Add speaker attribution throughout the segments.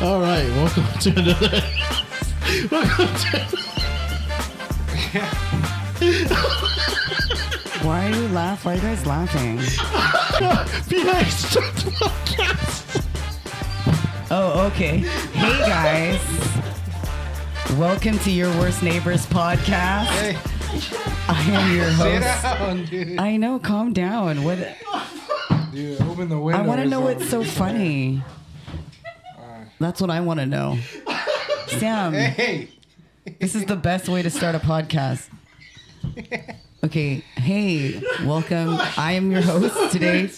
Speaker 1: All right, welcome to another. welcome to.
Speaker 2: Why are you laughing? Why are you guys laughing?
Speaker 1: Behind Strength Podcast.
Speaker 2: Oh, okay. Hey guys. Welcome to your worst neighbors podcast.
Speaker 3: Hey,
Speaker 2: I am your
Speaker 3: sit
Speaker 2: host.
Speaker 3: down, dude.
Speaker 2: I know, calm down. What
Speaker 3: Dude, open the window.
Speaker 2: I want to know what's so funny. That's what I want to know. Sam,
Speaker 3: Hey,
Speaker 2: this is the best way to start a podcast. Okay, hey, welcome. I am your host today.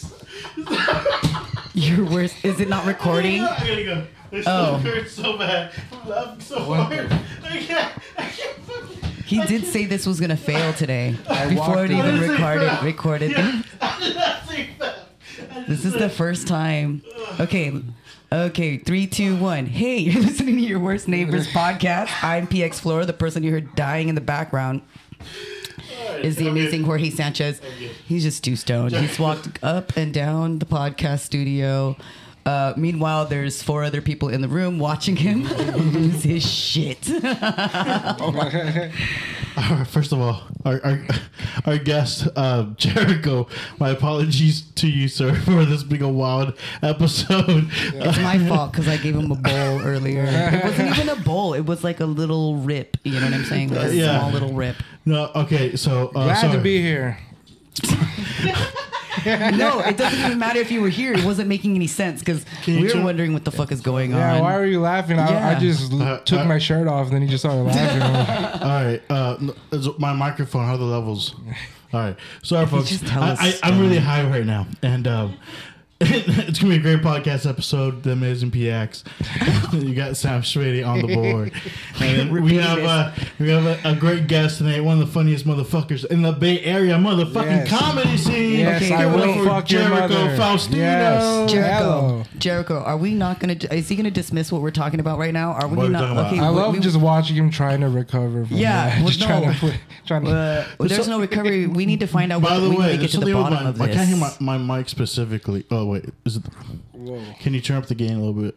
Speaker 2: Your worst is it not recording?
Speaker 1: I'm gonna go. This
Speaker 2: Oh.
Speaker 1: hurts so bad. I'm laughing so
Speaker 3: What
Speaker 1: hard.
Speaker 3: the-
Speaker 1: I can't. I can't fucking.
Speaker 2: He did say this was gonna fail today
Speaker 3: I
Speaker 2: before it
Speaker 3: walked
Speaker 2: even
Speaker 1: in.
Speaker 2: recorded. Recorded.
Speaker 1: Yeah. I did not see that. I
Speaker 2: This
Speaker 1: just
Speaker 2: is the
Speaker 1: said-
Speaker 2: first time. Okay, okay. Three, two, one. Hey, you're listening to your worst neighbors podcast. I'm PX Flora, the person you heard dying in the background.
Speaker 1: All right,
Speaker 2: Is the
Speaker 1: I'm good.
Speaker 2: amazing Jorge Sanchez?
Speaker 1: good.
Speaker 2: He's just too stoned. He's walked up and down the podcast studio. Uh, meanwhile, there's four other people in the room watching him lose his shit.
Speaker 1: All right, First of all, our our, our guest uh, Jericho, my apologies to you, sir, for this being a wild episode. Uh,
Speaker 2: It's my fault because I gave him a bowl earlier. It wasn't even a bowl. It was like a little rip. You know what I'm saying? Like a
Speaker 1: Yeah.
Speaker 2: small little rip.
Speaker 1: No, okay, so uh,
Speaker 3: glad
Speaker 1: sorry.
Speaker 3: to be here.
Speaker 2: No, it doesn't even matter if you were here. It wasn't making any sense because
Speaker 1: you
Speaker 2: we were
Speaker 1: turn-
Speaker 2: wondering what the fuck is going on.
Speaker 3: Yeah, why are you laughing? I,
Speaker 2: Yeah.
Speaker 3: I just l-
Speaker 1: Uh,
Speaker 3: took
Speaker 1: uh,
Speaker 3: my shirt off, then you just started laughing.
Speaker 1: All right, uh, n- is my microphone. How are the levels? All right, sorry, folks.
Speaker 2: just tell
Speaker 1: I,
Speaker 2: us,
Speaker 1: I, I'm really high right now, and um, it's gonna be a great podcast episode. The Amazing PX. you got Sam Schwede on the board, and we
Speaker 2: Repeat
Speaker 1: have
Speaker 2: it.
Speaker 1: uh, we have a, a great guest tonight. One of the funniest motherfuckers in the Bay Area motherfucking
Speaker 3: Yes.
Speaker 1: comedy scene.
Speaker 3: yes,
Speaker 2: Okay,
Speaker 3: I
Speaker 1: Give it up
Speaker 3: will
Speaker 1: for
Speaker 3: fuck your
Speaker 1: Jericho
Speaker 3: mother.
Speaker 1: Faustino.
Speaker 3: Yes.
Speaker 2: Jericho,
Speaker 3: Hello.
Speaker 2: Jericho, are we not gonna? Is he gonna dismiss what we're talking about right now? Are we
Speaker 1: What are we talking
Speaker 2: not?
Speaker 1: about?
Speaker 2: Okay,
Speaker 3: I
Speaker 2: we-
Speaker 3: love
Speaker 2: we-
Speaker 3: just watching him trying to recover. From
Speaker 2: Yeah,
Speaker 3: that.
Speaker 2: well,
Speaker 3: just trying
Speaker 2: no.
Speaker 3: to put, trying to.
Speaker 2: Uh, there's no recovery. We need to find out.
Speaker 1: By
Speaker 2: what,
Speaker 1: the
Speaker 2: we
Speaker 1: way,
Speaker 2: need to get
Speaker 1: there's
Speaker 2: to the
Speaker 1: something with
Speaker 2: bottom
Speaker 1: my,
Speaker 2: of this.
Speaker 1: I can't hear my, my mic specifically. Oh wait, is it?
Speaker 3: Whoa.
Speaker 1: Can you turn up the gain a little bit?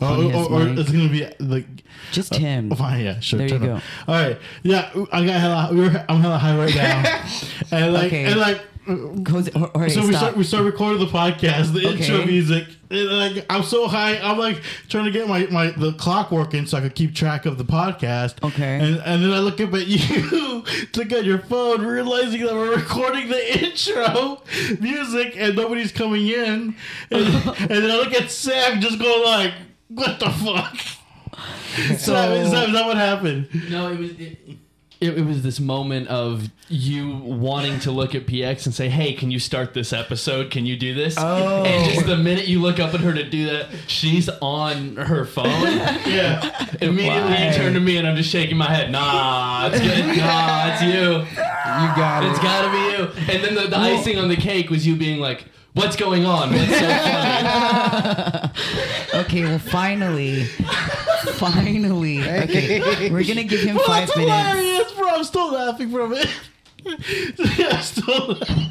Speaker 2: On
Speaker 1: Oh,
Speaker 2: his
Speaker 1: or, or
Speaker 2: mic.
Speaker 1: it's gonna be like.
Speaker 2: just him.
Speaker 1: Oh, fine, yeah, sure.
Speaker 2: There you
Speaker 1: turn up. All right, yeah, I got hella. We were, I'm hella high right now, and like,
Speaker 2: Okay.
Speaker 1: and like,
Speaker 2: Jose- Jorge,
Speaker 1: so we
Speaker 2: stop.
Speaker 1: start we start recording the podcast, the intro
Speaker 2: Okay.
Speaker 1: music. And like, I'm so high, I'm like trying to get my my the clock working so I could keep track of the podcast.
Speaker 2: Okay.
Speaker 1: and and then I look up at you, look at your phone, realizing that we're recording the intro music and nobody's coming in, and, and then I look at Sam just going like, what the fuck. Sam, is, that, is that what happened?
Speaker 4: No, it was it, it, it was this moment of you wanting to look at PX and say, "Hey, can you start this episode? Can you do this?"
Speaker 2: Oh.
Speaker 4: And just the minute you look up at her to do that, she's on her phone.
Speaker 1: Yeah.
Speaker 4: Immediately,
Speaker 2: Wow.
Speaker 4: you turn to me and I'm just shaking my head. Nah, it's good. Nah, it's you.
Speaker 3: You got
Speaker 4: It's
Speaker 3: it.
Speaker 4: gotta be you. And then the, the icing on the cake was you being like, "What's going on? What's so funny?"
Speaker 2: Okay, well, finally, finally. Okay, we're gonna give him five
Speaker 1: That's
Speaker 2: minutes.
Speaker 1: hilarious, bro. I'm still laughing from it. I'm still laughing.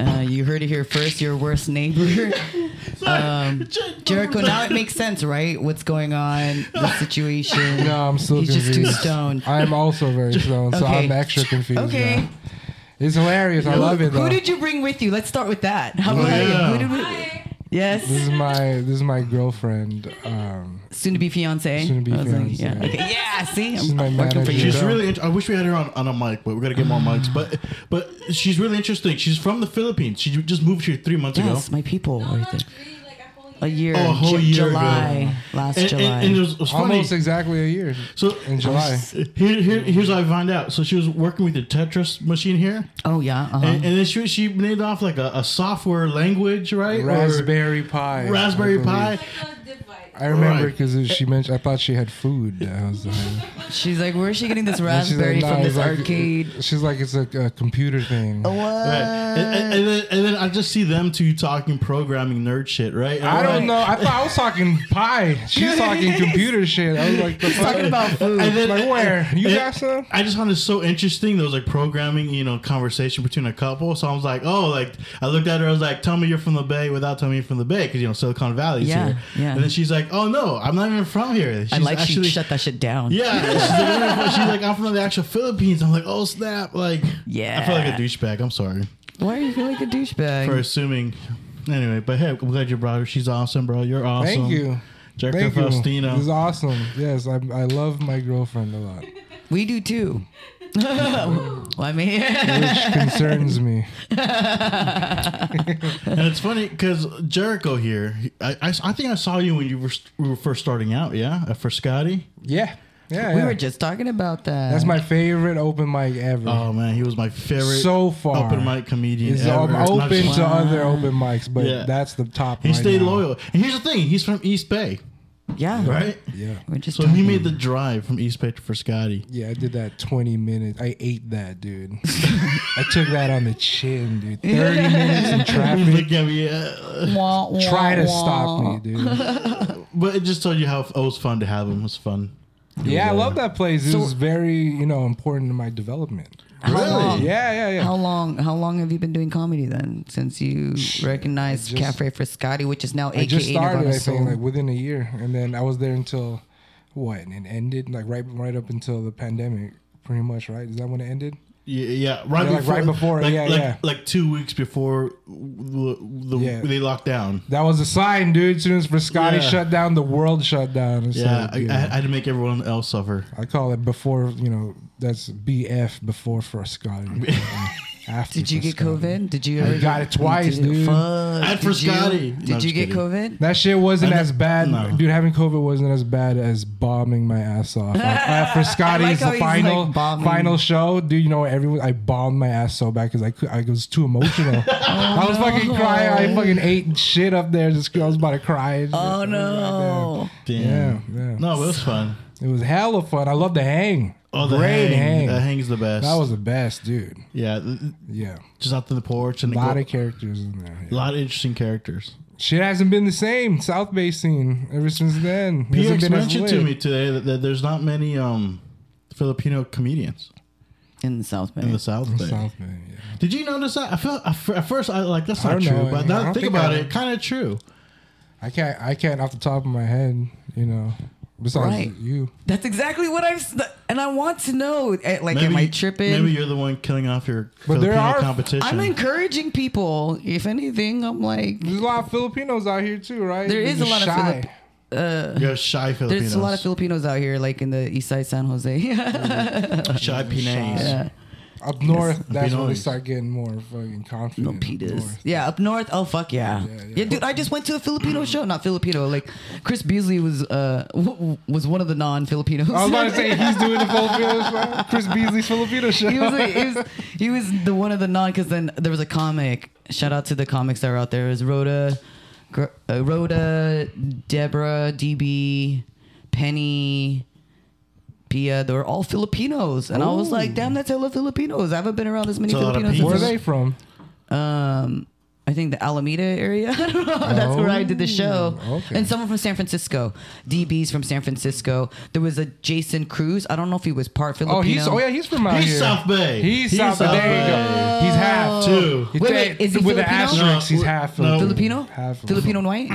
Speaker 2: Uh, you heard it here first. Your worst neighbor, um, Jericho. Now it makes sense, right? What's going on? The situation.
Speaker 3: No, I'm still
Speaker 2: He's just
Speaker 3: confused.
Speaker 2: too stoned.
Speaker 3: I'm also very stoned, so
Speaker 2: Okay.
Speaker 3: I'm extra confused.
Speaker 2: Okay.
Speaker 3: now. It's hilarious. I love it though. Oh,
Speaker 2: Who did you bring with you? Let's start with that. How about
Speaker 1: yeah.
Speaker 2: you? Who did we-
Speaker 3: this
Speaker 2: Yes,
Speaker 3: is my this is my girlfriend. Um,
Speaker 2: soon to be fiance.
Speaker 3: Soon to be
Speaker 2: I was like,
Speaker 3: fiancé.
Speaker 2: yeah. Okay. yeah, see,
Speaker 3: She's
Speaker 2: I'm
Speaker 3: my
Speaker 2: I'm working for
Speaker 3: manager.
Speaker 2: you.
Speaker 1: She's
Speaker 3: Yeah.
Speaker 1: really. Int- I wish we had her on, on a mic, but we gotta get more mics. But but she's really interesting. She's from the Philippines. She just moved here three months
Speaker 2: Yes,
Speaker 1: ago.
Speaker 2: my people. right there. A year,
Speaker 1: Oh, a whole
Speaker 2: Ju-
Speaker 1: year ago.
Speaker 2: July, last
Speaker 1: And, and-
Speaker 2: July.
Speaker 1: and it was, it was funny.
Speaker 3: almost exactly a year.
Speaker 1: so
Speaker 3: in July.
Speaker 1: Here, here, here's how I find out. So she was working with the Tetris machine here,
Speaker 2: oh yeah, uh-huh.
Speaker 1: and, and then she she named off like a, a software language, right? Or-
Speaker 3: Raspberry Pi. I
Speaker 1: Raspberry
Speaker 3: believe.
Speaker 1: Pi.
Speaker 5: Oh,
Speaker 3: I remember
Speaker 1: Right.
Speaker 3: because she mentioned. I thought she had food. I was like,
Speaker 2: she's like, where is she getting this
Speaker 3: and she's like,
Speaker 2: raspberry
Speaker 3: "No,"
Speaker 2: from
Speaker 3: it's
Speaker 2: this
Speaker 3: like-
Speaker 2: arcade? Oh,
Speaker 3: She's like, it's a, a computer thing.
Speaker 2: What?
Speaker 1: Right. And, and- and then, and then I just see them two talking programming nerd shit, right? And
Speaker 3: I
Speaker 1: I'm like-
Speaker 3: don't know. I thought I was talking pie. She's talking computer shit. I was like, the fuck?
Speaker 2: Talking about food.
Speaker 1: And then-
Speaker 3: Mm. like where? You
Speaker 1: and-
Speaker 3: got some?
Speaker 1: I just found it so interesting. There was like programming, you know, conversation between a couple. So I was like, oh, like I looked at her. I was like, tell me you're from the Bay without telling me you're from the Bay because you know Silicon Valley's
Speaker 2: Yeah,
Speaker 1: here.
Speaker 2: yeah.
Speaker 1: And then she's like, like, oh no, I'm not even from here. She's
Speaker 2: I like
Speaker 1: actually-
Speaker 2: she shut that shit down.
Speaker 1: Yeah, she's, like, "Where are you from?" She's like, I'm from the actual Philippines. I'm like, oh snap! Like,
Speaker 2: Yeah.
Speaker 1: I feel like a douchebag. I'm sorry
Speaker 2: Why do you feel like a douchebag?
Speaker 1: for assuming. Anyway, but hey, I'm glad you brought her. She's awesome, bro. You're awesome.
Speaker 3: Thank you.
Speaker 1: Jerka
Speaker 3: Thank you.
Speaker 1: Faustino.
Speaker 3: This is awesome. Yes, I, I love my girlfriend a lot,
Speaker 2: We do too. well, I mean,
Speaker 3: which concerns me.
Speaker 1: And it's funny because Jericho here, he- I, I, I think I saw you when you were, st- we were first starting out. Yeah, Uh, for Scotty.
Speaker 3: Yeah. Yeah.
Speaker 2: we
Speaker 3: yeah.
Speaker 2: were just talking about that.
Speaker 3: That's my favorite open mic ever.
Speaker 1: Oh man, he was my favorite
Speaker 3: so far.
Speaker 1: open mic comedian.
Speaker 3: It's
Speaker 1: ever.
Speaker 3: um,
Speaker 1: It's not
Speaker 3: open
Speaker 1: just-
Speaker 3: to other open mics, but
Speaker 1: Yeah.
Speaker 3: that's the top.
Speaker 1: he
Speaker 3: right
Speaker 1: stayed
Speaker 3: now.
Speaker 1: loyal. And here's the thing: he's from East Bay,
Speaker 2: yeah.
Speaker 1: right?
Speaker 3: Yeah.
Speaker 2: We're just
Speaker 1: So
Speaker 2: talking.
Speaker 1: he made the drive from East Bay to for Scotty.
Speaker 3: Yeah, I did that 20 minutes. I ate that, dude. I took that on the chin, dude. 30 minutes in
Speaker 1: He's
Speaker 3: traffic.
Speaker 1: like, yeah, uh, yeah.
Speaker 2: Wah, wah,
Speaker 3: Try to
Speaker 2: wah.
Speaker 3: stop me, dude.
Speaker 1: But it just told you how f- it was fun to have him. It was fun.
Speaker 3: Yeah, I love that place. It was very, you know, important to my development.
Speaker 2: How
Speaker 1: Oh.
Speaker 2: long-
Speaker 3: Yeah, yeah, yeah.
Speaker 2: How long? How long have you been doing comedy then? Since you recognized
Speaker 3: just-
Speaker 2: Cafe Frascati, which is now
Speaker 3: I
Speaker 2: AKA
Speaker 3: just started,
Speaker 2: Nirvana
Speaker 3: I
Speaker 2: Soul.
Speaker 3: think, like within a year, and then I was there until what? And it ended like right, right up until the pandemic, pretty much. Right? Is that when it ended?
Speaker 1: Yeah, yeah right,
Speaker 3: Yeah, like,
Speaker 1: before,
Speaker 3: right before,
Speaker 1: like,
Speaker 3: yeah,
Speaker 1: like,
Speaker 3: yeah.
Speaker 1: like two weeks before the, the
Speaker 3: Yeah.
Speaker 1: they locked down.
Speaker 3: That was a sign, dude. As soon as Frascati
Speaker 1: Yeah.
Speaker 3: shut down, the world shut down. It's
Speaker 1: Yeah,
Speaker 3: like,
Speaker 1: I,
Speaker 3: you
Speaker 1: I,
Speaker 3: know,
Speaker 1: had- I had to make everyone else suffer.
Speaker 3: I call it before. You know, that's BF before Frascati. After
Speaker 2: Did you get
Speaker 3: Frascati.
Speaker 2: COVID? Did you?
Speaker 3: I
Speaker 2: ever-
Speaker 3: got it twice,
Speaker 2: Did you-
Speaker 3: dude.
Speaker 2: Fuck.
Speaker 1: At
Speaker 2: Did you-
Speaker 1: Frascati. No, I'm
Speaker 2: Did you
Speaker 1: just
Speaker 2: get
Speaker 1: kidding.
Speaker 2: COVID?
Speaker 3: That shit wasn't
Speaker 1: I
Speaker 3: as bad,
Speaker 1: no.
Speaker 3: dude. Having COVID wasn't as bad as bombing my ass off. uh, for
Speaker 2: I like
Speaker 3: Scotty's
Speaker 2: how he's,
Speaker 3: final
Speaker 2: like, bombing.
Speaker 3: final show, dude. You know everyone, I bombed my ass so bad because I could, I was too emotional. I
Speaker 2: Oh,
Speaker 3: was fucking crying. I fucking ate shit up there. Just I was about to cry. and shit.
Speaker 2: Oh no!
Speaker 1: Damn.
Speaker 3: Yeah, yeah.
Speaker 1: No, it was fun.
Speaker 3: it was hella fun. I love the hang.
Speaker 1: Oh, the
Speaker 3: Great hang.
Speaker 1: hang. The hang's the best.
Speaker 3: That was the best, dude.
Speaker 1: yeah, th- th-
Speaker 3: Yeah,
Speaker 1: just out to the porch and
Speaker 3: a lot of characters in there.
Speaker 1: a
Speaker 3: yeah.
Speaker 1: lot of interesting characters.
Speaker 3: Shit hasn't been the same South Bay scene ever since then. It hasn't
Speaker 1: PX
Speaker 3: been as
Speaker 1: mentioned to
Speaker 3: lit.
Speaker 1: me today that, that there's not many um, Filipino comedians
Speaker 2: In the South Bay.
Speaker 1: in the South Bay.
Speaker 3: South Bay, yeah.
Speaker 1: Did you notice that? I felt I f- at first I like that's
Speaker 3: I
Speaker 1: not
Speaker 3: don't
Speaker 1: true,
Speaker 3: know.
Speaker 1: but
Speaker 3: I
Speaker 1: now
Speaker 3: don't
Speaker 1: that I think
Speaker 3: think
Speaker 1: about
Speaker 3: I-
Speaker 1: it, kind of true.
Speaker 3: I can't. I can't off the top of my head. You know. Besides
Speaker 2: Right.
Speaker 3: you,
Speaker 2: That's exactly what I've. s- And I want to know. eh, Like, am I tripping?
Speaker 1: Maybe you're the one killing off your
Speaker 3: But there
Speaker 1: Filipino
Speaker 3: are-
Speaker 1: competition.
Speaker 2: I'm encouraging people. If anything, I'm like,
Speaker 3: there's a lot of Filipinos out here too, right?
Speaker 2: There is
Speaker 3: They're
Speaker 2: a lot of
Speaker 3: shy.
Speaker 2: Filip-
Speaker 1: you're shy Filipinos.
Speaker 2: there's a lot of Filipinos out here, like in the east side San Jose.
Speaker 1: shy Pinays.
Speaker 2: yeah.
Speaker 3: Up north, that's when they
Speaker 1: Pinoys.
Speaker 3: start getting more fucking confident.
Speaker 2: No
Speaker 3: up
Speaker 2: pitas.
Speaker 3: north.
Speaker 2: Yeah, up north. Oh fuck yeah. Yeah,
Speaker 3: Yeah, Mm. yeah.
Speaker 2: dude. I just went to a Filipino show. Not Filipino. Like Chris Beasley was uh w- w- was one of the non-Filipinos.
Speaker 3: I was about to say he's doing the Filipino show. Chris Beasley's Filipino show.
Speaker 2: he was, like, he was he was the one of the non because then there was a comic. Shout out to the comics that were out there. It was Rhoda, Gr- uh, Rhoda, Deborah, DB, Penny, Pia. They were all Filipinos, and I was like, damn, that's hella Filipinos. I haven't been around this many
Speaker 1: It's a lot of
Speaker 2: Filipinos.
Speaker 1: people.
Speaker 3: Where are
Speaker 2: since-
Speaker 3: they from?
Speaker 2: um, I think the Alameda area. I don't know. That's where I did the show.
Speaker 3: Oh, okay.
Speaker 2: And someone from San Francisco. DB's from San Francisco. There was a Jason Cruz. I don't know if he was part Filipino.
Speaker 3: Oh, he's oh yeah, he's from out
Speaker 1: He's
Speaker 3: here.
Speaker 1: South Bay.
Speaker 3: He's,
Speaker 1: He's
Speaker 3: South,
Speaker 1: South
Speaker 3: Bay. There you go.
Speaker 1: Bay.
Speaker 3: He's half
Speaker 2: Oh.
Speaker 1: Two.
Speaker 3: He
Speaker 2: Wait,
Speaker 3: said-
Speaker 2: wait, is he
Speaker 3: with the
Speaker 2: Filipino?
Speaker 3: asterisk, he's
Speaker 1: No,
Speaker 3: half
Speaker 1: no.
Speaker 2: Filipino?
Speaker 3: Half
Speaker 2: Filipino and white?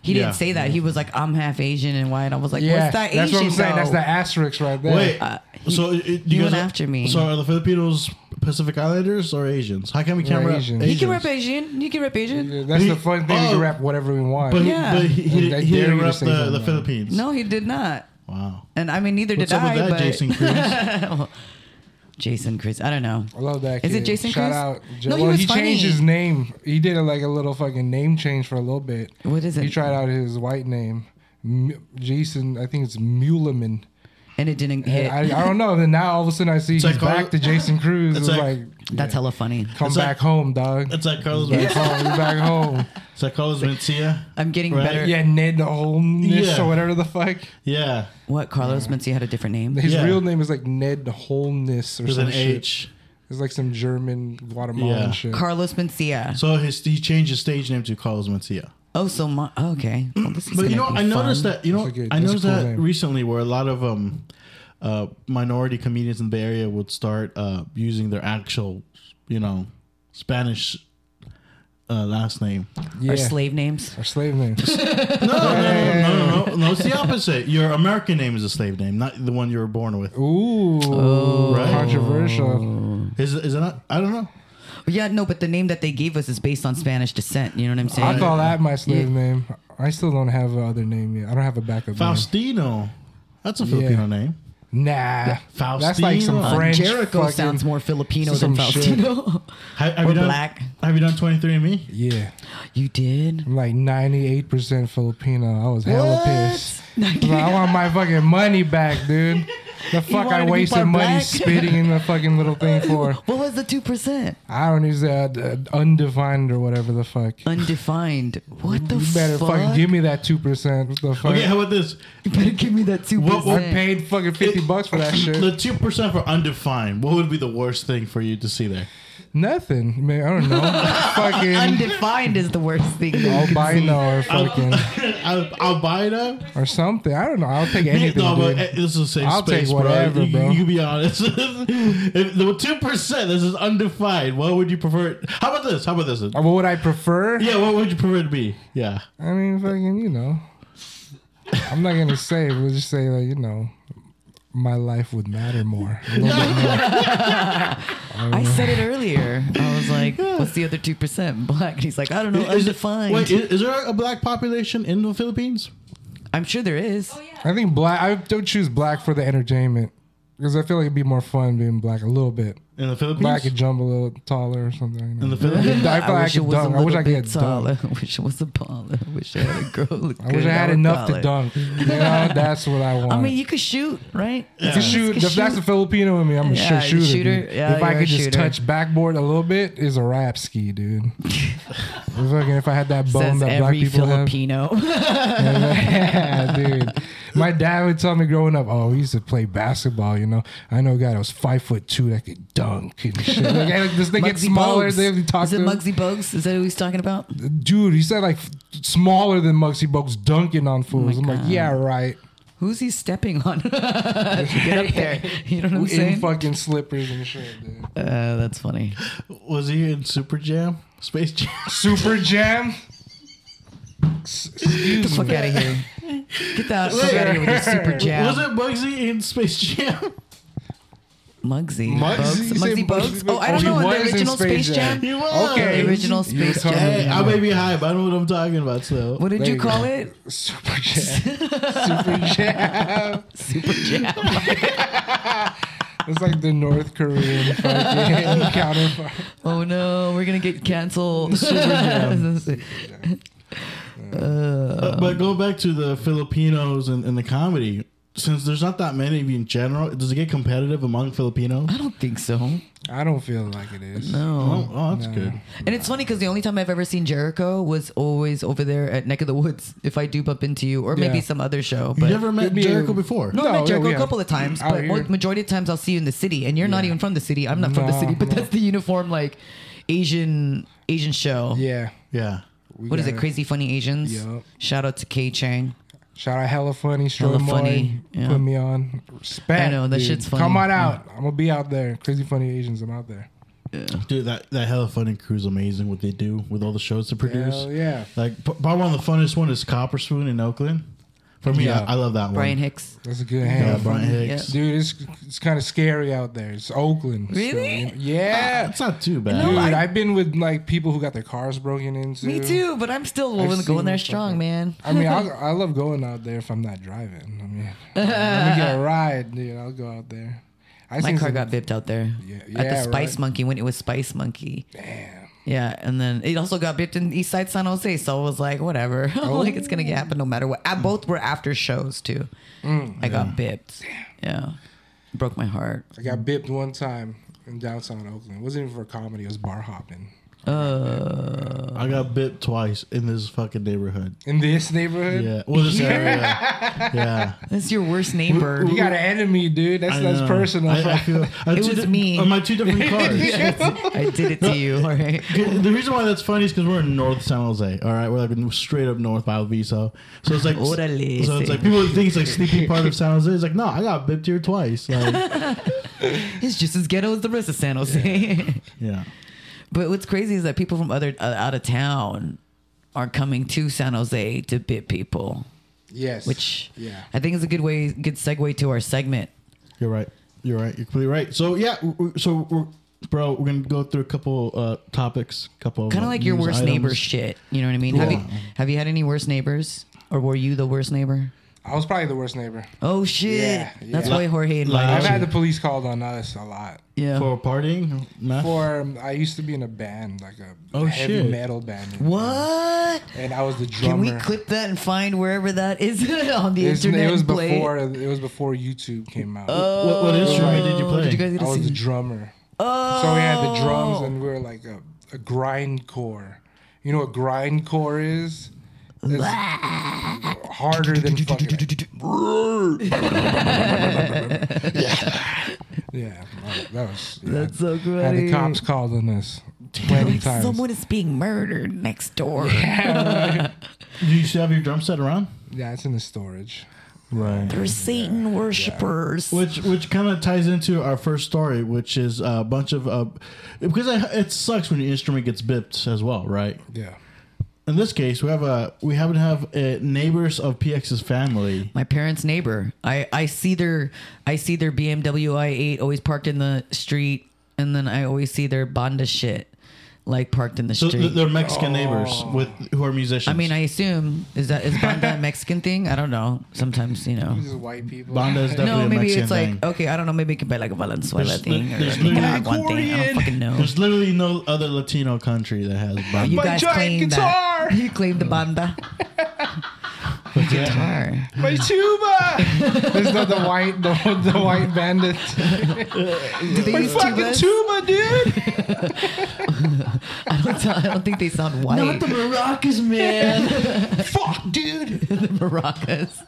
Speaker 2: He
Speaker 1: Yeah.
Speaker 2: didn't say that. He was like, I'm half Asian and white. I was like,
Speaker 3: Yeah,
Speaker 2: what's that
Speaker 3: that's
Speaker 2: Asian?
Speaker 3: what I'm saying. That's
Speaker 2: though?
Speaker 3: the asterisk right there.
Speaker 1: Wait,
Speaker 2: Uh,
Speaker 1: so it- it- you
Speaker 2: he
Speaker 1: guys
Speaker 2: went
Speaker 1: are-
Speaker 2: after me.
Speaker 1: So are the Filipinos Pacific Islanders or Asians? How come we can't
Speaker 3: We're
Speaker 1: rep
Speaker 3: Asians.
Speaker 1: Asians?
Speaker 2: He can rap Asian. You can rap Asian.
Speaker 3: Yeah, that's
Speaker 1: He-
Speaker 3: the fun thing. We can
Speaker 1: oh.
Speaker 3: rap whatever we want.
Speaker 1: but,
Speaker 2: Yeah.
Speaker 1: but he, he,
Speaker 3: I
Speaker 1: he
Speaker 3: dare you
Speaker 1: didn't
Speaker 3: to
Speaker 1: rep
Speaker 3: say
Speaker 1: the,
Speaker 3: something
Speaker 1: the
Speaker 3: like
Speaker 1: Philippines.
Speaker 2: No, he did not.
Speaker 1: Wow.
Speaker 2: And I mean, neither
Speaker 1: What's
Speaker 2: did
Speaker 1: up with
Speaker 2: I.
Speaker 1: that,
Speaker 2: but
Speaker 1: Jason Cruz?
Speaker 2: Jason Cruz. I don't know.
Speaker 3: I love that.
Speaker 2: Is it
Speaker 3: kid.
Speaker 2: Jason
Speaker 3: Shout
Speaker 2: Cruz?
Speaker 3: out. Ja-
Speaker 2: No, he
Speaker 3: well,
Speaker 2: was
Speaker 3: he changed
Speaker 2: funny.
Speaker 3: his name. He did a, like a little fucking name change for a little bit.
Speaker 2: What is it?
Speaker 3: He tried out his white name, M- Jason. I think it's Muleman.
Speaker 2: And it didn't
Speaker 3: And
Speaker 2: hit.
Speaker 3: I, I don't know. Then now all of a sudden I see
Speaker 1: It's
Speaker 3: he's
Speaker 1: like
Speaker 3: back
Speaker 1: all-
Speaker 3: to Jason Cruz. It's
Speaker 1: It's
Speaker 3: like,
Speaker 1: like-
Speaker 2: That's hella funny.
Speaker 3: come
Speaker 1: It's like-
Speaker 3: back home, dog.
Speaker 1: That's like Carlos.
Speaker 3: Back
Speaker 1: Mencia.
Speaker 3: home. You're back home.
Speaker 1: It's like Carlos Mencia.
Speaker 2: I'm getting
Speaker 1: Right.
Speaker 2: better.
Speaker 3: Yeah, Ned Holmness
Speaker 1: Yeah.
Speaker 3: or whatever the fuck.
Speaker 1: Yeah,
Speaker 2: What? Carlos Mencia had a different name.
Speaker 3: His
Speaker 1: Yeah.
Speaker 3: real name is like Ned Holmness or
Speaker 1: there's
Speaker 3: some
Speaker 1: an
Speaker 3: shit.
Speaker 1: H.
Speaker 3: It's like some German Guatemalan
Speaker 1: Yeah.
Speaker 3: shit.
Speaker 2: Carlos Mencia.
Speaker 1: So his he changed his stage name to Carlos Mencia.
Speaker 2: Oh, so my, okay. Well, this is
Speaker 1: Mm. But you know,
Speaker 2: gonna be
Speaker 1: I noticed
Speaker 2: fun.
Speaker 1: that you know,
Speaker 3: That's a good-
Speaker 1: I
Speaker 3: that's a
Speaker 1: noticed
Speaker 3: cool
Speaker 1: that
Speaker 3: name.
Speaker 1: recently, where a lot of um, uh, minority comedians in the Bay Area would start uh, using their actual, you know, Spanish uh, last name.
Speaker 3: Yeah.
Speaker 2: Our slave names.
Speaker 3: Our slave name.
Speaker 1: No, no, no, no, no, no, no. It's the opposite. Your American name is a slave name, not the one you were born with.
Speaker 3: Ooh,
Speaker 2: Oh.
Speaker 1: Right.
Speaker 3: controversial.
Speaker 1: Is is it not? I don't know.
Speaker 2: Yeah, no, but the name that they gave us is based on Spanish descent. You know what I'm saying?
Speaker 3: I call that my slave
Speaker 2: Yeah.
Speaker 3: name. I still don't have a other name yet. I don't have a backup
Speaker 1: Faustino. That's a Filipino name.
Speaker 3: name. Nah,
Speaker 1: Faustino.
Speaker 3: That's like some
Speaker 1: Uh,
Speaker 2: Uh,
Speaker 3: French.
Speaker 2: Jericho
Speaker 3: fucking-
Speaker 2: sounds more Filipino
Speaker 3: some
Speaker 2: than
Speaker 3: shit.
Speaker 2: Faustino.
Speaker 1: Have, have
Speaker 2: We're
Speaker 1: you done,
Speaker 2: black.
Speaker 1: Have you done 23andMe?
Speaker 3: Yeah,
Speaker 2: you did?
Speaker 3: I'm like 98 percent Filipino. I was hella
Speaker 2: What?
Speaker 3: pissed. I'm like, I want my fucking money back, dude. The fuck
Speaker 2: wanted
Speaker 3: I
Speaker 2: to be
Speaker 3: wasted
Speaker 2: part
Speaker 3: money
Speaker 2: black?
Speaker 3: spitting in the fucking little thing for?
Speaker 2: What was the two percent?
Speaker 3: I don't use that uh, undefined or whatever the fuck.
Speaker 2: Undefined. What the
Speaker 3: You better
Speaker 2: fuck?
Speaker 3: fucking give me that two percent. What the fuck?
Speaker 1: Okay, how about this?
Speaker 2: You better give me that two
Speaker 1: What-
Speaker 3: I
Speaker 1: what
Speaker 2: percent.
Speaker 3: paid fucking 50
Speaker 1: It-
Speaker 3: bucks for that shit.
Speaker 1: The two percent for undefined. What would be the worst thing for you to see there?
Speaker 3: Nothing. Man, I don't know. fucking
Speaker 2: Undefined is the worst thing. That you can see.
Speaker 3: albino or fucking
Speaker 1: Al- Albino?
Speaker 3: or something. I don't know. I'll take anything.
Speaker 1: no, but
Speaker 3: dude.
Speaker 1: eh, this is a safe
Speaker 3: I'll
Speaker 1: space,
Speaker 3: take
Speaker 1: bro.
Speaker 3: whatever,
Speaker 1: You-
Speaker 3: bro.
Speaker 1: You, can be honest. if the two percent, this is undefined. What would you prefer? How about this? How about this?
Speaker 3: Uh, What would I prefer?
Speaker 1: Yeah, what would you prefer it to be? Yeah,
Speaker 3: I mean, fucking, you know. I'm not gonna say. We'll just say like, you know, my life would matter more. A little bit more.
Speaker 2: I said it earlier. I was like, "What's the other two percent?" Black. And he's like, "I don't know.
Speaker 1: Is it-
Speaker 2: Oh, undefined."
Speaker 1: Wait, is, is there a black population in the Philippines?
Speaker 2: I'm sure there is.
Speaker 3: I think black. I don't choose black for the entertainment because I feel like it'd be more fun being black a little bit.
Speaker 1: In the
Speaker 3: Black
Speaker 1: Philippines?
Speaker 3: could jump a little taller or something. You know?
Speaker 1: In the Philippines?
Speaker 3: I feel like I
Speaker 2: wish it
Speaker 3: could
Speaker 2: was
Speaker 3: dunk.
Speaker 2: a
Speaker 3: I wish
Speaker 2: little
Speaker 3: I could
Speaker 2: bit
Speaker 3: get dunked.
Speaker 2: taller. I wish it was a baller. I wish I had a girl. Look
Speaker 3: I wish I had enough to dunk. You know, that's what I want.
Speaker 2: I mean, you could shoot, right?
Speaker 3: to shoot, if that's a Filipino in me, I'm a
Speaker 2: Yeah,
Speaker 3: sure shooter.
Speaker 2: shooter.
Speaker 3: dude.
Speaker 2: Yeah,
Speaker 3: if I
Speaker 2: you're a
Speaker 3: could just
Speaker 2: shooter.
Speaker 3: touch backboard a little bit, is a rap ski, dude. Fucking, if I had that bone
Speaker 2: Says
Speaker 3: that black
Speaker 2: every
Speaker 3: people have.
Speaker 2: Filipino.
Speaker 3: yeah, dude. My dad would tell me growing up, oh, he used to play basketball, you know. I know a guy that was five foot two that could dunk and shit. Like, and this they get
Speaker 2: Muggsy
Speaker 3: smaller,
Speaker 2: Bogues.
Speaker 3: they talk
Speaker 2: Is it
Speaker 3: to him.
Speaker 2: Muggsy Bogues? Is that who he's talking about?
Speaker 3: Dude, he said like f- smaller than Muggsy Bogues dunking
Speaker 2: Oh
Speaker 3: on fools. I'm like, yeah, right.
Speaker 2: Who's he stepping on? Get up there. You know what I'm
Speaker 3: In
Speaker 2: saying?
Speaker 3: fucking slippers and shit, dude.
Speaker 2: Uh, that's funny.
Speaker 1: Was he in Super Jam? Space Jam?
Speaker 3: Super Jam.
Speaker 2: Get the fuck out of here. Get the fuck out of here with your super jab.
Speaker 1: Was it Bugsy in Space Jam?
Speaker 2: Muggsy.
Speaker 3: Muggsy?
Speaker 2: Bugs?
Speaker 3: You say
Speaker 2: Muggsy Bugs?
Speaker 3: Muggsy
Speaker 2: Oh, I
Speaker 3: Bogues?
Speaker 2: don't
Speaker 3: Oh, he
Speaker 2: know.
Speaker 3: was
Speaker 2: The
Speaker 3: in
Speaker 2: original
Speaker 3: Space
Speaker 2: Space
Speaker 3: Jam.
Speaker 2: Jam?
Speaker 1: He was.
Speaker 2: The
Speaker 3: Okay.
Speaker 2: original
Speaker 3: You're
Speaker 2: Space
Speaker 3: talking
Speaker 1: Hey,
Speaker 2: Jam.
Speaker 1: I may be high, but I don't know what I'm talking about, so.
Speaker 2: What did
Speaker 3: There
Speaker 2: you
Speaker 3: you
Speaker 2: call
Speaker 3: go.
Speaker 2: it?
Speaker 3: Super Jam. Super Jam.
Speaker 2: Super jab.
Speaker 3: It's like the North Korean fucking counterpart.
Speaker 2: Oh no, we're gonna get canceled. Uh,
Speaker 1: But- but going back to the Filipinos and, and the comedy, since there's not that many of you in general, does it get competitive among Filipinos?
Speaker 2: I don't think so.
Speaker 3: I don't feel like it is.
Speaker 2: No.
Speaker 1: Oh, oh, that's good.
Speaker 2: And it's funny because the only time I've ever seen Jericho was always over there at Neck of the Woods. If I do bump into you, or maybe
Speaker 3: Yeah.
Speaker 2: some other show,
Speaker 1: You
Speaker 2: but
Speaker 1: never met
Speaker 3: It'd be
Speaker 1: Jericho
Speaker 3: a-
Speaker 1: before.
Speaker 2: No,
Speaker 3: No,
Speaker 2: I met
Speaker 3: Oh, yeah,
Speaker 2: Jericho
Speaker 3: we
Speaker 2: a
Speaker 3: have-
Speaker 2: couple of times,
Speaker 3: out
Speaker 2: but mo-
Speaker 3: here.
Speaker 2: majority of times I'll see you in the city, and you're not even from the city. I'm not from the
Speaker 3: No,
Speaker 2: city, but
Speaker 3: no.
Speaker 2: that's the uniform like Asian Asian show.
Speaker 3: Yeah.
Speaker 1: Yeah.
Speaker 3: we
Speaker 2: What is
Speaker 3: got
Speaker 2: it? Crazy Funny Asians.
Speaker 3: Yup.
Speaker 2: Shout out to K Chang.
Speaker 3: Shout out Hella Funny, Stroy
Speaker 2: Hella
Speaker 3: Moy,
Speaker 2: Funny, yeah.
Speaker 3: Put me on. Respect.
Speaker 2: I know, that
Speaker 3: dude.
Speaker 2: shit's funny.
Speaker 3: Come on
Speaker 2: Yeah.
Speaker 3: out. I'm going to be out there. Crazy Funny Asians, I'm out there.
Speaker 1: Dude, that, that Hella Funny Crew is amazing what they do with all the shows they produce.
Speaker 3: Hell yeah.
Speaker 1: Like, p- probably one of the funnest one is Copper Spoon in Oakland. For me,
Speaker 3: Yeah.
Speaker 1: I, I love that one.
Speaker 2: Brian Hicks.
Speaker 3: That's a good
Speaker 1: Yeah,
Speaker 3: hand, bro.
Speaker 1: Brian Hicks.
Speaker 3: Dude, it's, it's kind of scary out there. It's Oakland. so,
Speaker 2: Really?
Speaker 3: you know- yeah.
Speaker 1: That's not too bad.
Speaker 3: Dude,
Speaker 2: No, I-
Speaker 3: I've been with like people who got their cars broken into.
Speaker 2: Me too, but I'm still going,
Speaker 3: seen
Speaker 2: going there
Speaker 3: him
Speaker 2: strong,
Speaker 3: fucking-
Speaker 2: man.
Speaker 3: I mean, I, I love going out there if I'm not driving. I mean, let me get a ride, dude. I'll go out there. I
Speaker 2: My
Speaker 3: seen
Speaker 2: car
Speaker 3: some-
Speaker 2: got bipped out there
Speaker 3: Yeah,
Speaker 2: at the
Speaker 3: yeah,
Speaker 2: Spice
Speaker 3: right.
Speaker 2: Monkey when it was Spice Monkey.
Speaker 3: Damn.
Speaker 2: Yeah, and then it also got bipped in Eastside San Jose, so I was like, whatever,
Speaker 3: Oh.
Speaker 2: like it's gonna happen no matter what. I,
Speaker 3: Hmm.
Speaker 2: both were after shows too.
Speaker 3: Mm.
Speaker 2: I got bipped. Yeah, broke my heart.
Speaker 3: I got bipped one time in downtown Oakland. It wasn't even for comedy. It was bar hopping
Speaker 2: Uh,
Speaker 1: I got bit twice in this fucking neighborhood.
Speaker 3: in this neighborhood.
Speaker 1: Yeah. Well, this area. Yeah.
Speaker 2: that's your worst neighbor.
Speaker 3: You got an enemy, dude. That's
Speaker 1: I
Speaker 3: that's
Speaker 1: know.
Speaker 3: personal.
Speaker 1: I, I feel, I
Speaker 2: It was me.
Speaker 1: On my two different cars.
Speaker 2: I did it to you. All right.
Speaker 1: The reason why that's funny is because we're in North San Jose. All right, we're like straight up north by Alviso. So it's like,
Speaker 2: Órale,
Speaker 1: so it's
Speaker 2: sí.
Speaker 1: like people think it's like sleepy part of San Jose. It's like, no, I got bipped here twice. Like,
Speaker 2: It's just as ghetto as the rest of San Jose.
Speaker 1: yeah,
Speaker 2: But what's crazy is that people from other uh, out of town are coming to San Jose to bid people,
Speaker 3: Yes.
Speaker 2: which
Speaker 3: Yeah.
Speaker 2: I think is a good way, good segue to our segment.
Speaker 1: You're right. You're right. You're completely right. So yeah. w- w- So we're, bro, we're gonna go through a couple uh topics. Couple
Speaker 2: Kind
Speaker 1: uh,
Speaker 2: of like your
Speaker 1: news
Speaker 2: worst
Speaker 1: items.
Speaker 2: neighbor shit. You know what I mean? Have you
Speaker 1: Yeah.
Speaker 2: have you had any worst neighbors, or were you the worst neighbor?
Speaker 3: I was probably the worst neighbor.
Speaker 2: Oh shit!
Speaker 3: Yeah,
Speaker 2: That's
Speaker 3: yeah.
Speaker 2: why Jorge invited.
Speaker 1: Like-
Speaker 3: I've
Speaker 1: Oh.
Speaker 3: had the police called on us a lot.
Speaker 2: yeah.
Speaker 1: for partying. Nah.
Speaker 3: For um, I used to be in a band, like a
Speaker 1: Oh,
Speaker 3: heavy
Speaker 1: shit.
Speaker 3: metal band.
Speaker 2: what?
Speaker 3: And I was the
Speaker 2: Can
Speaker 3: drummer.
Speaker 2: we clip that and find wherever that is on the
Speaker 3: It was,
Speaker 2: internet?
Speaker 3: it was
Speaker 2: and play it?
Speaker 3: before. It was before YouTube came out.
Speaker 1: what, what instrument did you
Speaker 2: Oh,
Speaker 1: play?
Speaker 2: Did you guys get
Speaker 3: I
Speaker 2: to
Speaker 3: was
Speaker 2: see?
Speaker 3: the drummer.
Speaker 2: oh,
Speaker 3: So we had the drums, and we were like a, a grindcore. You know what grindcore is? It's harder than fucking. yeah, yeah, that was. yeah.
Speaker 2: That's so
Speaker 3: Had
Speaker 2: funny.
Speaker 3: the cops called on us twenty times.
Speaker 2: Someone is being murdered next door.
Speaker 1: Do you still have your drum set around?
Speaker 3: Yeah, it's in the storage.
Speaker 1: Right.
Speaker 2: They're Satan worshippers.
Speaker 1: Which which kind of ties into our first story, which is a bunch of uh, because I, it sucks when your instrument gets bipped as well, right?
Speaker 3: Yeah.
Speaker 1: In this case, we have a we happen to have uh neighbors of PX's family.
Speaker 2: My parents' neighbor. I, I see their I see their BMW i8 always parked in the street, and then I always see their Bonda shit like parked in the
Speaker 1: So
Speaker 2: street.
Speaker 1: th- they're Mexican neighbors with who are musicians.
Speaker 2: I mean, I assume is that is Bonda a Mexican thing? I don't know. Sometimes you know.
Speaker 3: These are white people.
Speaker 1: Banda is definitely
Speaker 2: No,
Speaker 1: a
Speaker 2: maybe
Speaker 1: Mexican
Speaker 2: it's like
Speaker 1: thing.
Speaker 2: okay, I don't know. Maybe it could be like a Valenzuela
Speaker 1: There's li-
Speaker 2: thing or
Speaker 1: there's
Speaker 2: a
Speaker 1: literally-
Speaker 2: Nicaraguan thing. I don't fucking know.
Speaker 1: There's literally no other Latino country that has Banda.
Speaker 2: You
Speaker 3: My
Speaker 2: guys
Speaker 3: giant
Speaker 2: claim
Speaker 3: guitar!
Speaker 2: that. You claim the Banda. guitar.
Speaker 3: My tuba. this is not the white, the, the white bandit.
Speaker 2: Do they
Speaker 3: My
Speaker 2: use
Speaker 3: fucking
Speaker 2: tubas?
Speaker 3: tuba, dude.
Speaker 2: I don't, tell- I don't think they sound white.
Speaker 1: Not the maracas, man.
Speaker 3: Fuck, dude.
Speaker 2: maracas.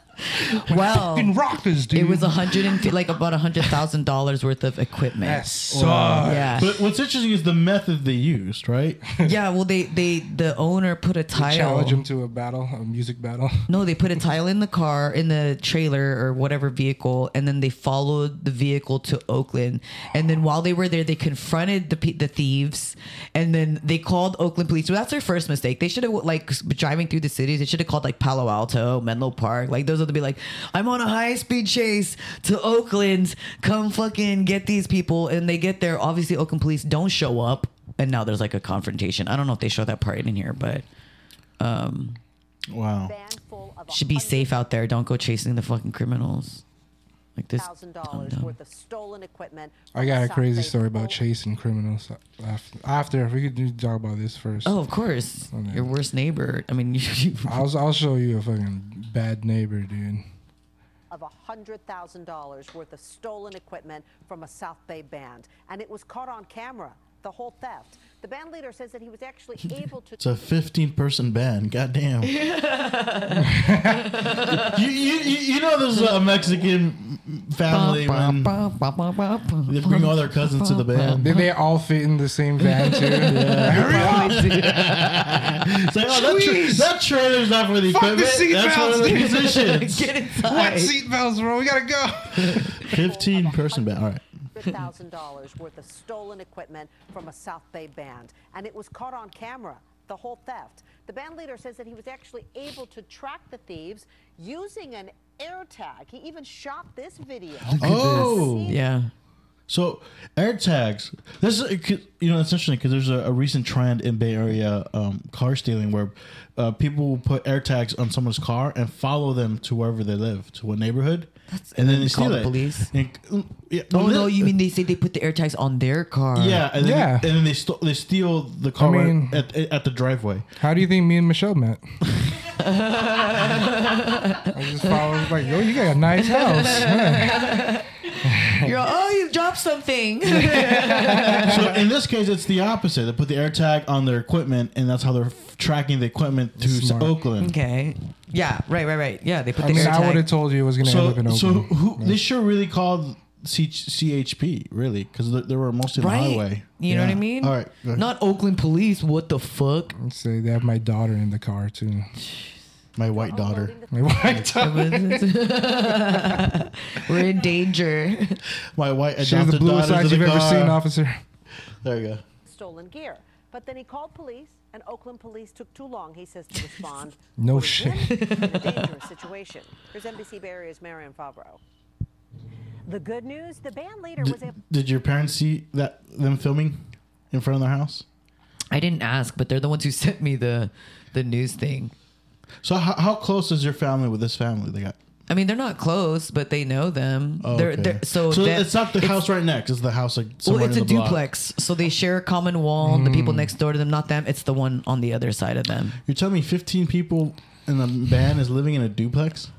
Speaker 2: Wow.
Speaker 3: Fucking rockers, dude.
Speaker 2: It was a hundred and fi- like about a hundred thousand dollars worth of equipment.
Speaker 3: That sucks.
Speaker 2: Yeah.
Speaker 1: but what's interesting is the method they used, right?
Speaker 2: yeah. Well, they they the owner put a tile.
Speaker 3: Challenge him to a battle, a music battle.
Speaker 2: No, they put a tile in the car, in the trailer or whatever vehicle, and then they followed the vehicle to Oakland. And then while they were there, they confronted the pe- the thieves, and then they called Oakland police. So that's their first mistake. They should have like s- driving through the cities. They should have called like Palo Alto, Menlo Park, like those would be like, I'm on a high speed chase to Oakland. Come fucking get these people. And they get there. Obviously, Oakland police don't show up, and now there's like a confrontation. I don't know if they show that part in here, but. Um,
Speaker 1: Wow.
Speaker 2: should be safe out there. Don't go chasing the fucking criminals. Like this.
Speaker 6: Thousand
Speaker 2: dumb
Speaker 6: dollars
Speaker 2: dumb.
Speaker 6: worth of stolen equipment.
Speaker 3: I got a crazy story about chasing criminals. After, after if we could do talk about this first.
Speaker 2: Oh, of course. Your worst neighbor. I mean, you, you,
Speaker 3: I'll, I'll show you a fucking bad neighbor, dude.
Speaker 6: Of hundred thousand dollars worth of stolen equipment from a South Bay band, and it was caught on camera. The whole theft. The band leader says that he was actually able to.
Speaker 1: It's a 15 person band. Goddamn. you, you, you, you know, there's a Mexican family when they bring all their cousins to the band.
Speaker 3: Did they all fit in the same van too? Hurry up!
Speaker 1: It's like, oh, that, tra-
Speaker 3: Squeeze.
Speaker 1: that trailer's not for the
Speaker 3: Fuck the
Speaker 1: equipment. That's for
Speaker 3: seatbelts,
Speaker 1: the
Speaker 3: dude.
Speaker 1: musicians.
Speaker 2: Get
Speaker 3: What
Speaker 2: inside.
Speaker 3: seatbelts, bro? We gotta go.
Speaker 1: 15 person band. All right.
Speaker 6: $100,000 worth of stolen equipment from a South Bay band, and it was caught on camera, the whole theft. The band leader says that he was actually able to track the thieves using an air tag. He even shot this video.
Speaker 1: Oh.
Speaker 2: Yeah.
Speaker 1: So air tags. This is uh, you know it's interesting because there's a, a recent trend in Bay Area um, car stealing where uh, people will put air tags on someone's car and follow them to wherever they live, to what neighborhood, and then they
Speaker 2: call
Speaker 1: steal
Speaker 2: the
Speaker 1: it.
Speaker 2: police?
Speaker 1: And, mm, yeah,
Speaker 2: Oh no,
Speaker 1: they-
Speaker 2: you mean they say they put the air tags on their car?
Speaker 1: yeah, and then,
Speaker 3: Yeah.
Speaker 1: and then they st- they steal the car
Speaker 3: I mean-
Speaker 1: at, at the driveway.
Speaker 3: How do you think me and Michelle met? I just followed, like, yo, you got a nice house.
Speaker 2: You're all, oh, you dropped something.
Speaker 1: so in this case, it's the opposite. They put the air tag on their equipment, and that's how they're f- tracking the equipment to
Speaker 3: Smart.
Speaker 1: Oakland.
Speaker 2: okay. Yeah. Right. Right. Right. Yeah. They put
Speaker 3: I
Speaker 2: the
Speaker 3: mean,
Speaker 2: air
Speaker 3: I would have
Speaker 2: tag.
Speaker 3: told you it was gonna end up in
Speaker 1: So,
Speaker 3: Oakland.
Speaker 1: so who they should really call C- CHP really because there, there were mostly on the
Speaker 2: Right.
Speaker 1: highway.
Speaker 2: You know what I
Speaker 3: Yeah.
Speaker 2: mean?
Speaker 1: All right, go ahead.
Speaker 2: Not Oakland police. What the fuck?
Speaker 3: Say they have my daughter in the car too.
Speaker 1: My white daughter.
Speaker 3: My white daughter.
Speaker 2: We're in danger.
Speaker 1: My white adopted
Speaker 3: She has the bluest
Speaker 1: daughter's
Speaker 3: eyes
Speaker 1: in
Speaker 3: you've
Speaker 1: the
Speaker 3: ever
Speaker 1: car.
Speaker 3: seen, officer.
Speaker 1: There you go.
Speaker 6: stolen gear. But then he called police, and Oakland police took too long, he says, to respond.
Speaker 3: No
Speaker 6: We're
Speaker 3: shit.
Speaker 6: in a dangerous situation. Here's NBC Bay Area's Marion Fabro. The good news: the band leader was able.
Speaker 1: Did your parents see that them filming in front of their house?
Speaker 2: I didn't ask, but they're the ones who sent me the the news thing.
Speaker 1: So how, how close is your family with this family? They got.
Speaker 2: I mean, they're not close, but they know them.
Speaker 1: Oh,
Speaker 2: they're,
Speaker 1: okay.
Speaker 2: they're, so that-
Speaker 1: it's not the house right next. It's the house like
Speaker 2: Well,
Speaker 1: somewhere
Speaker 2: it's a
Speaker 1: in the block. Mm.
Speaker 2: duplex, so they share a common wall. The people next door to them, not them. It's the one on the other side of them.
Speaker 1: You're telling me 15 people in a band is living in a duplex?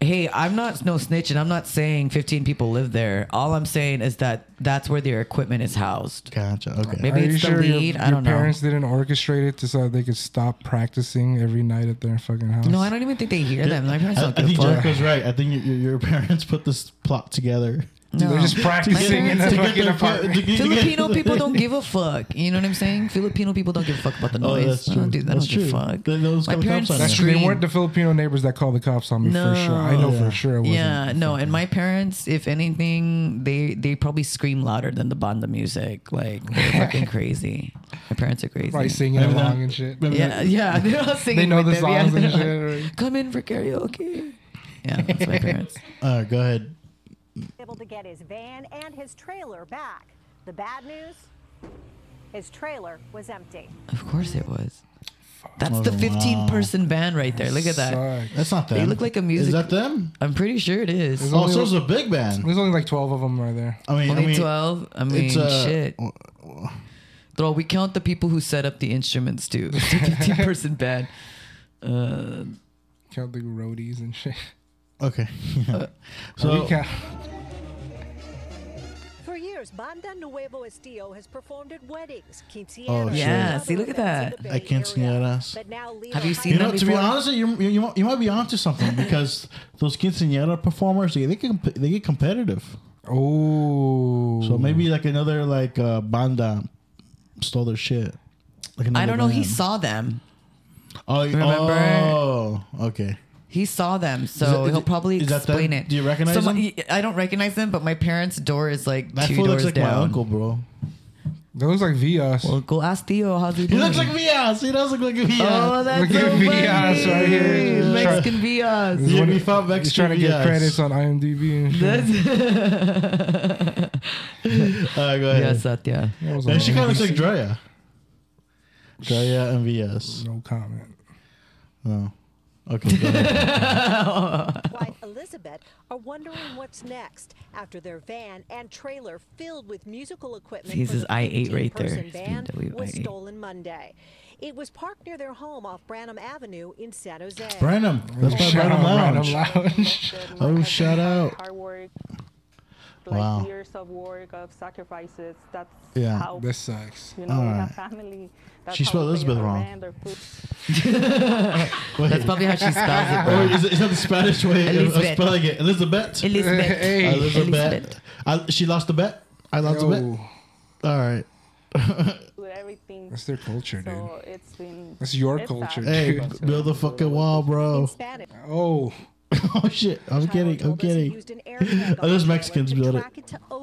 Speaker 2: Hey, I'm not no snitch, and I'm not saying 15 people live there. All I'm saying is that that's where their equipment is housed.
Speaker 1: Gotcha. Okay.
Speaker 2: Maybe
Speaker 3: Are you
Speaker 2: it's the
Speaker 3: sure your,
Speaker 2: lead. I
Speaker 3: your
Speaker 2: don't know.
Speaker 3: parents didn't orchestrate it to so they could stop practicing every night at their fucking house?
Speaker 2: No, I don't even think they hear them. My parents
Speaker 1: I, I
Speaker 2: don't give a
Speaker 1: think Jack
Speaker 2: fuck.
Speaker 1: was right. I think your, your, your parents put this plot together.
Speaker 2: No.
Speaker 3: They're just practicing in
Speaker 2: parents
Speaker 3: a
Speaker 2: did.
Speaker 3: fucking
Speaker 1: their-
Speaker 3: apartment.
Speaker 1: to get-
Speaker 2: Filipino people don't give a fuck. You know what I'm saying? Filipino people don't give a fuck about the
Speaker 1: Oh,
Speaker 2: noise.
Speaker 1: that's
Speaker 2: I don't,
Speaker 1: true.
Speaker 2: do, I
Speaker 1: That's
Speaker 2: don't give a
Speaker 1: true.
Speaker 2: fuck.
Speaker 1: Th- those
Speaker 2: my
Speaker 1: couple
Speaker 2: parents
Speaker 1: cops on
Speaker 3: That's true. They
Speaker 2: scream.
Speaker 3: weren't the Filipino neighbors that called the cops on me
Speaker 2: No.
Speaker 3: for sure. I know
Speaker 1: Yeah.
Speaker 3: for sure it wasn't.
Speaker 2: Yeah, no, and my parents, if anything, they they probably scream louder than the banda music. Like they're fucking crazy. My parents are crazy.
Speaker 3: Probably singing
Speaker 1: Maybe
Speaker 3: along
Speaker 1: not.
Speaker 3: and shit.
Speaker 1: Maybe
Speaker 2: Yeah, yeah, they're all singing.
Speaker 3: They know
Speaker 2: with
Speaker 3: the
Speaker 2: them. Yeah,
Speaker 3: songs and
Speaker 2: they're
Speaker 3: shit.
Speaker 2: like,
Speaker 3: right?
Speaker 2: Come in for karaoke. Yeah, that's my parents.
Speaker 1: Uh, go ahead.
Speaker 6: able to get his van and his trailer back. The bad news? His trailer was empty.
Speaker 2: Of course it was. That's the
Speaker 1: Oh,
Speaker 2: 15
Speaker 1: wow.
Speaker 2: person band right there. Look at that.
Speaker 3: Sucks.
Speaker 1: That's not them.
Speaker 2: They look like a music-
Speaker 1: Is that them?
Speaker 2: I'm pretty sure it is.
Speaker 1: Oh,
Speaker 3: only
Speaker 1: so
Speaker 3: one-
Speaker 1: it's a big band.
Speaker 3: There's only like 12 of them right there.
Speaker 1: I mean, I
Speaker 2: Only
Speaker 1: mean,
Speaker 2: 12. I mean,
Speaker 1: uh,
Speaker 2: shit. Bro, we count the people who set up the instruments too. It's a 15 person band. Uh,
Speaker 3: Count the roadies and shit.
Speaker 1: Okay.
Speaker 2: Uh,
Speaker 3: So,
Speaker 1: so
Speaker 3: count,
Speaker 6: For years, Banda Nuevo Estío has performed at weddings, quinceañeras,
Speaker 1: Oh,
Speaker 6: and
Speaker 1: shit.
Speaker 2: Yeah,
Speaker 6: other
Speaker 2: see, look at
Speaker 6: events in the
Speaker 1: that.
Speaker 6: Bay
Speaker 1: At quinceañeras.
Speaker 6: Area. But now Leo
Speaker 2: Have you
Speaker 6: Hyatt-
Speaker 2: seen
Speaker 1: you
Speaker 2: them
Speaker 1: know, to be
Speaker 2: before?
Speaker 1: honest, you, you you might be onto something because those quinceañera performers they, they can they get competitive.
Speaker 3: oh.
Speaker 1: So maybe like another like uh, banda stole their shit. Like
Speaker 2: I
Speaker 1: another
Speaker 2: don't know. He
Speaker 1: band.
Speaker 2: saw them.
Speaker 1: Oh,
Speaker 2: Remember?
Speaker 1: oh, okay.
Speaker 2: He saw them, so
Speaker 1: Is it-
Speaker 2: he'll probably
Speaker 1: is that them?
Speaker 2: explain it.
Speaker 1: Do you recognize
Speaker 2: so
Speaker 1: them?
Speaker 2: My, I don't recognize them, but my parents' door is like
Speaker 1: That
Speaker 2: two
Speaker 1: fool
Speaker 2: doors
Speaker 1: looks like
Speaker 2: down.
Speaker 1: my uncle, bro.
Speaker 3: That looks like Vias.
Speaker 2: Well, go ask Theo how's he
Speaker 1: He
Speaker 2: doing.
Speaker 1: looks like Vias. He does look like Vias.
Speaker 2: Hmm. Oh, that's
Speaker 3: Look
Speaker 2: so
Speaker 3: at
Speaker 2: funny.
Speaker 3: Vias right here.
Speaker 2: Mexican
Speaker 3: This
Speaker 2: Vias.
Speaker 3: is
Speaker 1: Yeah,
Speaker 3: one
Speaker 1: we
Speaker 3: of-
Speaker 1: found
Speaker 3: He's
Speaker 1: Mexican
Speaker 3: trying to get
Speaker 1: Vias.
Speaker 3: credits on IMDb and shit.
Speaker 2: That's
Speaker 1: Uh, go ahead.
Speaker 2: yeah, Satya.
Speaker 3: That was
Speaker 1: And
Speaker 3: on
Speaker 1: she kind of looks like
Speaker 3: NBC.
Speaker 1: Drea. Drea and Vias.
Speaker 3: No comment.
Speaker 1: No. Okay, go ahead.
Speaker 6: wife Elizabeth are wondering what's next after their van and trailer filled with musical equipment.
Speaker 2: This
Speaker 6: for
Speaker 2: is
Speaker 6: the
Speaker 2: I-8 right there.
Speaker 6: 15-person Band
Speaker 2: It's BMWI.
Speaker 6: was stolen Monday. It was parked near their home off Branham Avenue in San Jose.
Speaker 1: Branham. That's by
Speaker 3: Shout
Speaker 1: Branham
Speaker 3: out
Speaker 1: Lounge.
Speaker 3: Random Lounge.
Speaker 1: Oh, shout out.
Speaker 7: Hard work, like
Speaker 1: Wow.
Speaker 7: years of work, of sacrifices. That's
Speaker 1: Yeah.
Speaker 7: how
Speaker 3: This sucks.
Speaker 7: you know we have family. That's
Speaker 1: She
Speaker 7: how
Speaker 1: spelled
Speaker 7: we pay
Speaker 1: Elizabeth
Speaker 7: our
Speaker 1: wrong.
Speaker 7: rent, our food.
Speaker 1: Wait.
Speaker 2: That's probably how she spells it,
Speaker 1: Or
Speaker 2: bro.
Speaker 1: Oh, is, it, is that the Spanish way of- of
Speaker 2: Elizabeth.
Speaker 1: spelling it? Elizabeth.
Speaker 2: Elizabeth.
Speaker 3: Hey.
Speaker 1: Elizabeth.
Speaker 2: Elizabeth.
Speaker 1: I, she lost the bet. I lost the bet.
Speaker 3: Yo,
Speaker 1: All right.
Speaker 7: With everything.
Speaker 3: that's their culture, dude.
Speaker 7: so it's been.
Speaker 3: That's your
Speaker 7: it's
Speaker 3: culture,
Speaker 7: sad.
Speaker 1: Hey,
Speaker 3: dude.
Speaker 1: build a fucking wall,
Speaker 6: In
Speaker 1: bro.
Speaker 6: Spanish.
Speaker 3: Oh,
Speaker 1: Oh shit! I'm kidding. I'm kidding. Oh, those Mexicans build it. On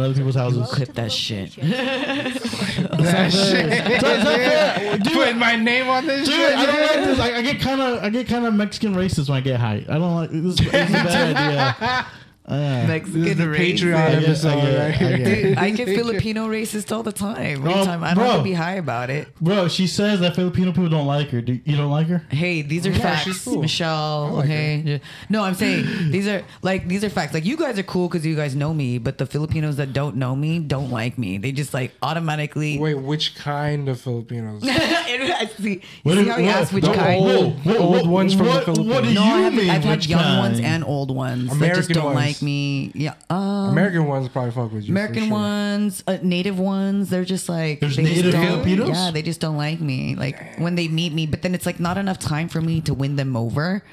Speaker 1: other people's houses.
Speaker 2: Clip that shit.
Speaker 3: that shit. Put my name on this
Speaker 1: Dude,
Speaker 3: shit.
Speaker 1: I don't like this. I, I get kind of, I get kind of Mexican racist when I get high. I don't like this. It's a bad idea. Uh,
Speaker 2: Mexican
Speaker 3: This is the
Speaker 2: race.
Speaker 3: Patreon
Speaker 1: I get-
Speaker 3: episode,
Speaker 1: I get-
Speaker 3: right
Speaker 1: I get-
Speaker 3: here.
Speaker 2: I get Filipino racist all the time. Every
Speaker 1: Oh,
Speaker 2: time I don't have
Speaker 1: bro.
Speaker 2: to be high about it.
Speaker 1: Bro, she says that Filipino people don't like her. Do you don't like her?
Speaker 2: Hey, these are
Speaker 3: she's
Speaker 2: facts,
Speaker 3: cool.
Speaker 2: Michelle.
Speaker 3: like
Speaker 2: okay, no, I'm saying these are like these are facts. Like you guys are cool because you guys know me, but the Filipinos that don't know me don't like me. They just like automatically.
Speaker 3: Wait, which kind of Filipinos?
Speaker 2: I see, you see how he asked which
Speaker 3: the
Speaker 2: kind?
Speaker 3: old- old ones from the
Speaker 1: what, What do
Speaker 3: Philippines.
Speaker 2: no, I
Speaker 1: you
Speaker 2: have,
Speaker 1: mean?
Speaker 2: I've had
Speaker 1: which
Speaker 2: young
Speaker 1: kind?
Speaker 2: ones and old ones. that just
Speaker 3: American
Speaker 2: don't
Speaker 3: ones.
Speaker 2: like me. Yeah, um,
Speaker 3: American ones probably fuck with you. for
Speaker 2: American
Speaker 3: sure.
Speaker 2: ones, uh, native ones, they're just like
Speaker 1: There's
Speaker 2: they just
Speaker 1: native
Speaker 2: don't-
Speaker 1: Filipinos?
Speaker 2: Yeah, they just don't like me. Like when they meet me, but then it's like not enough time for me to win them over.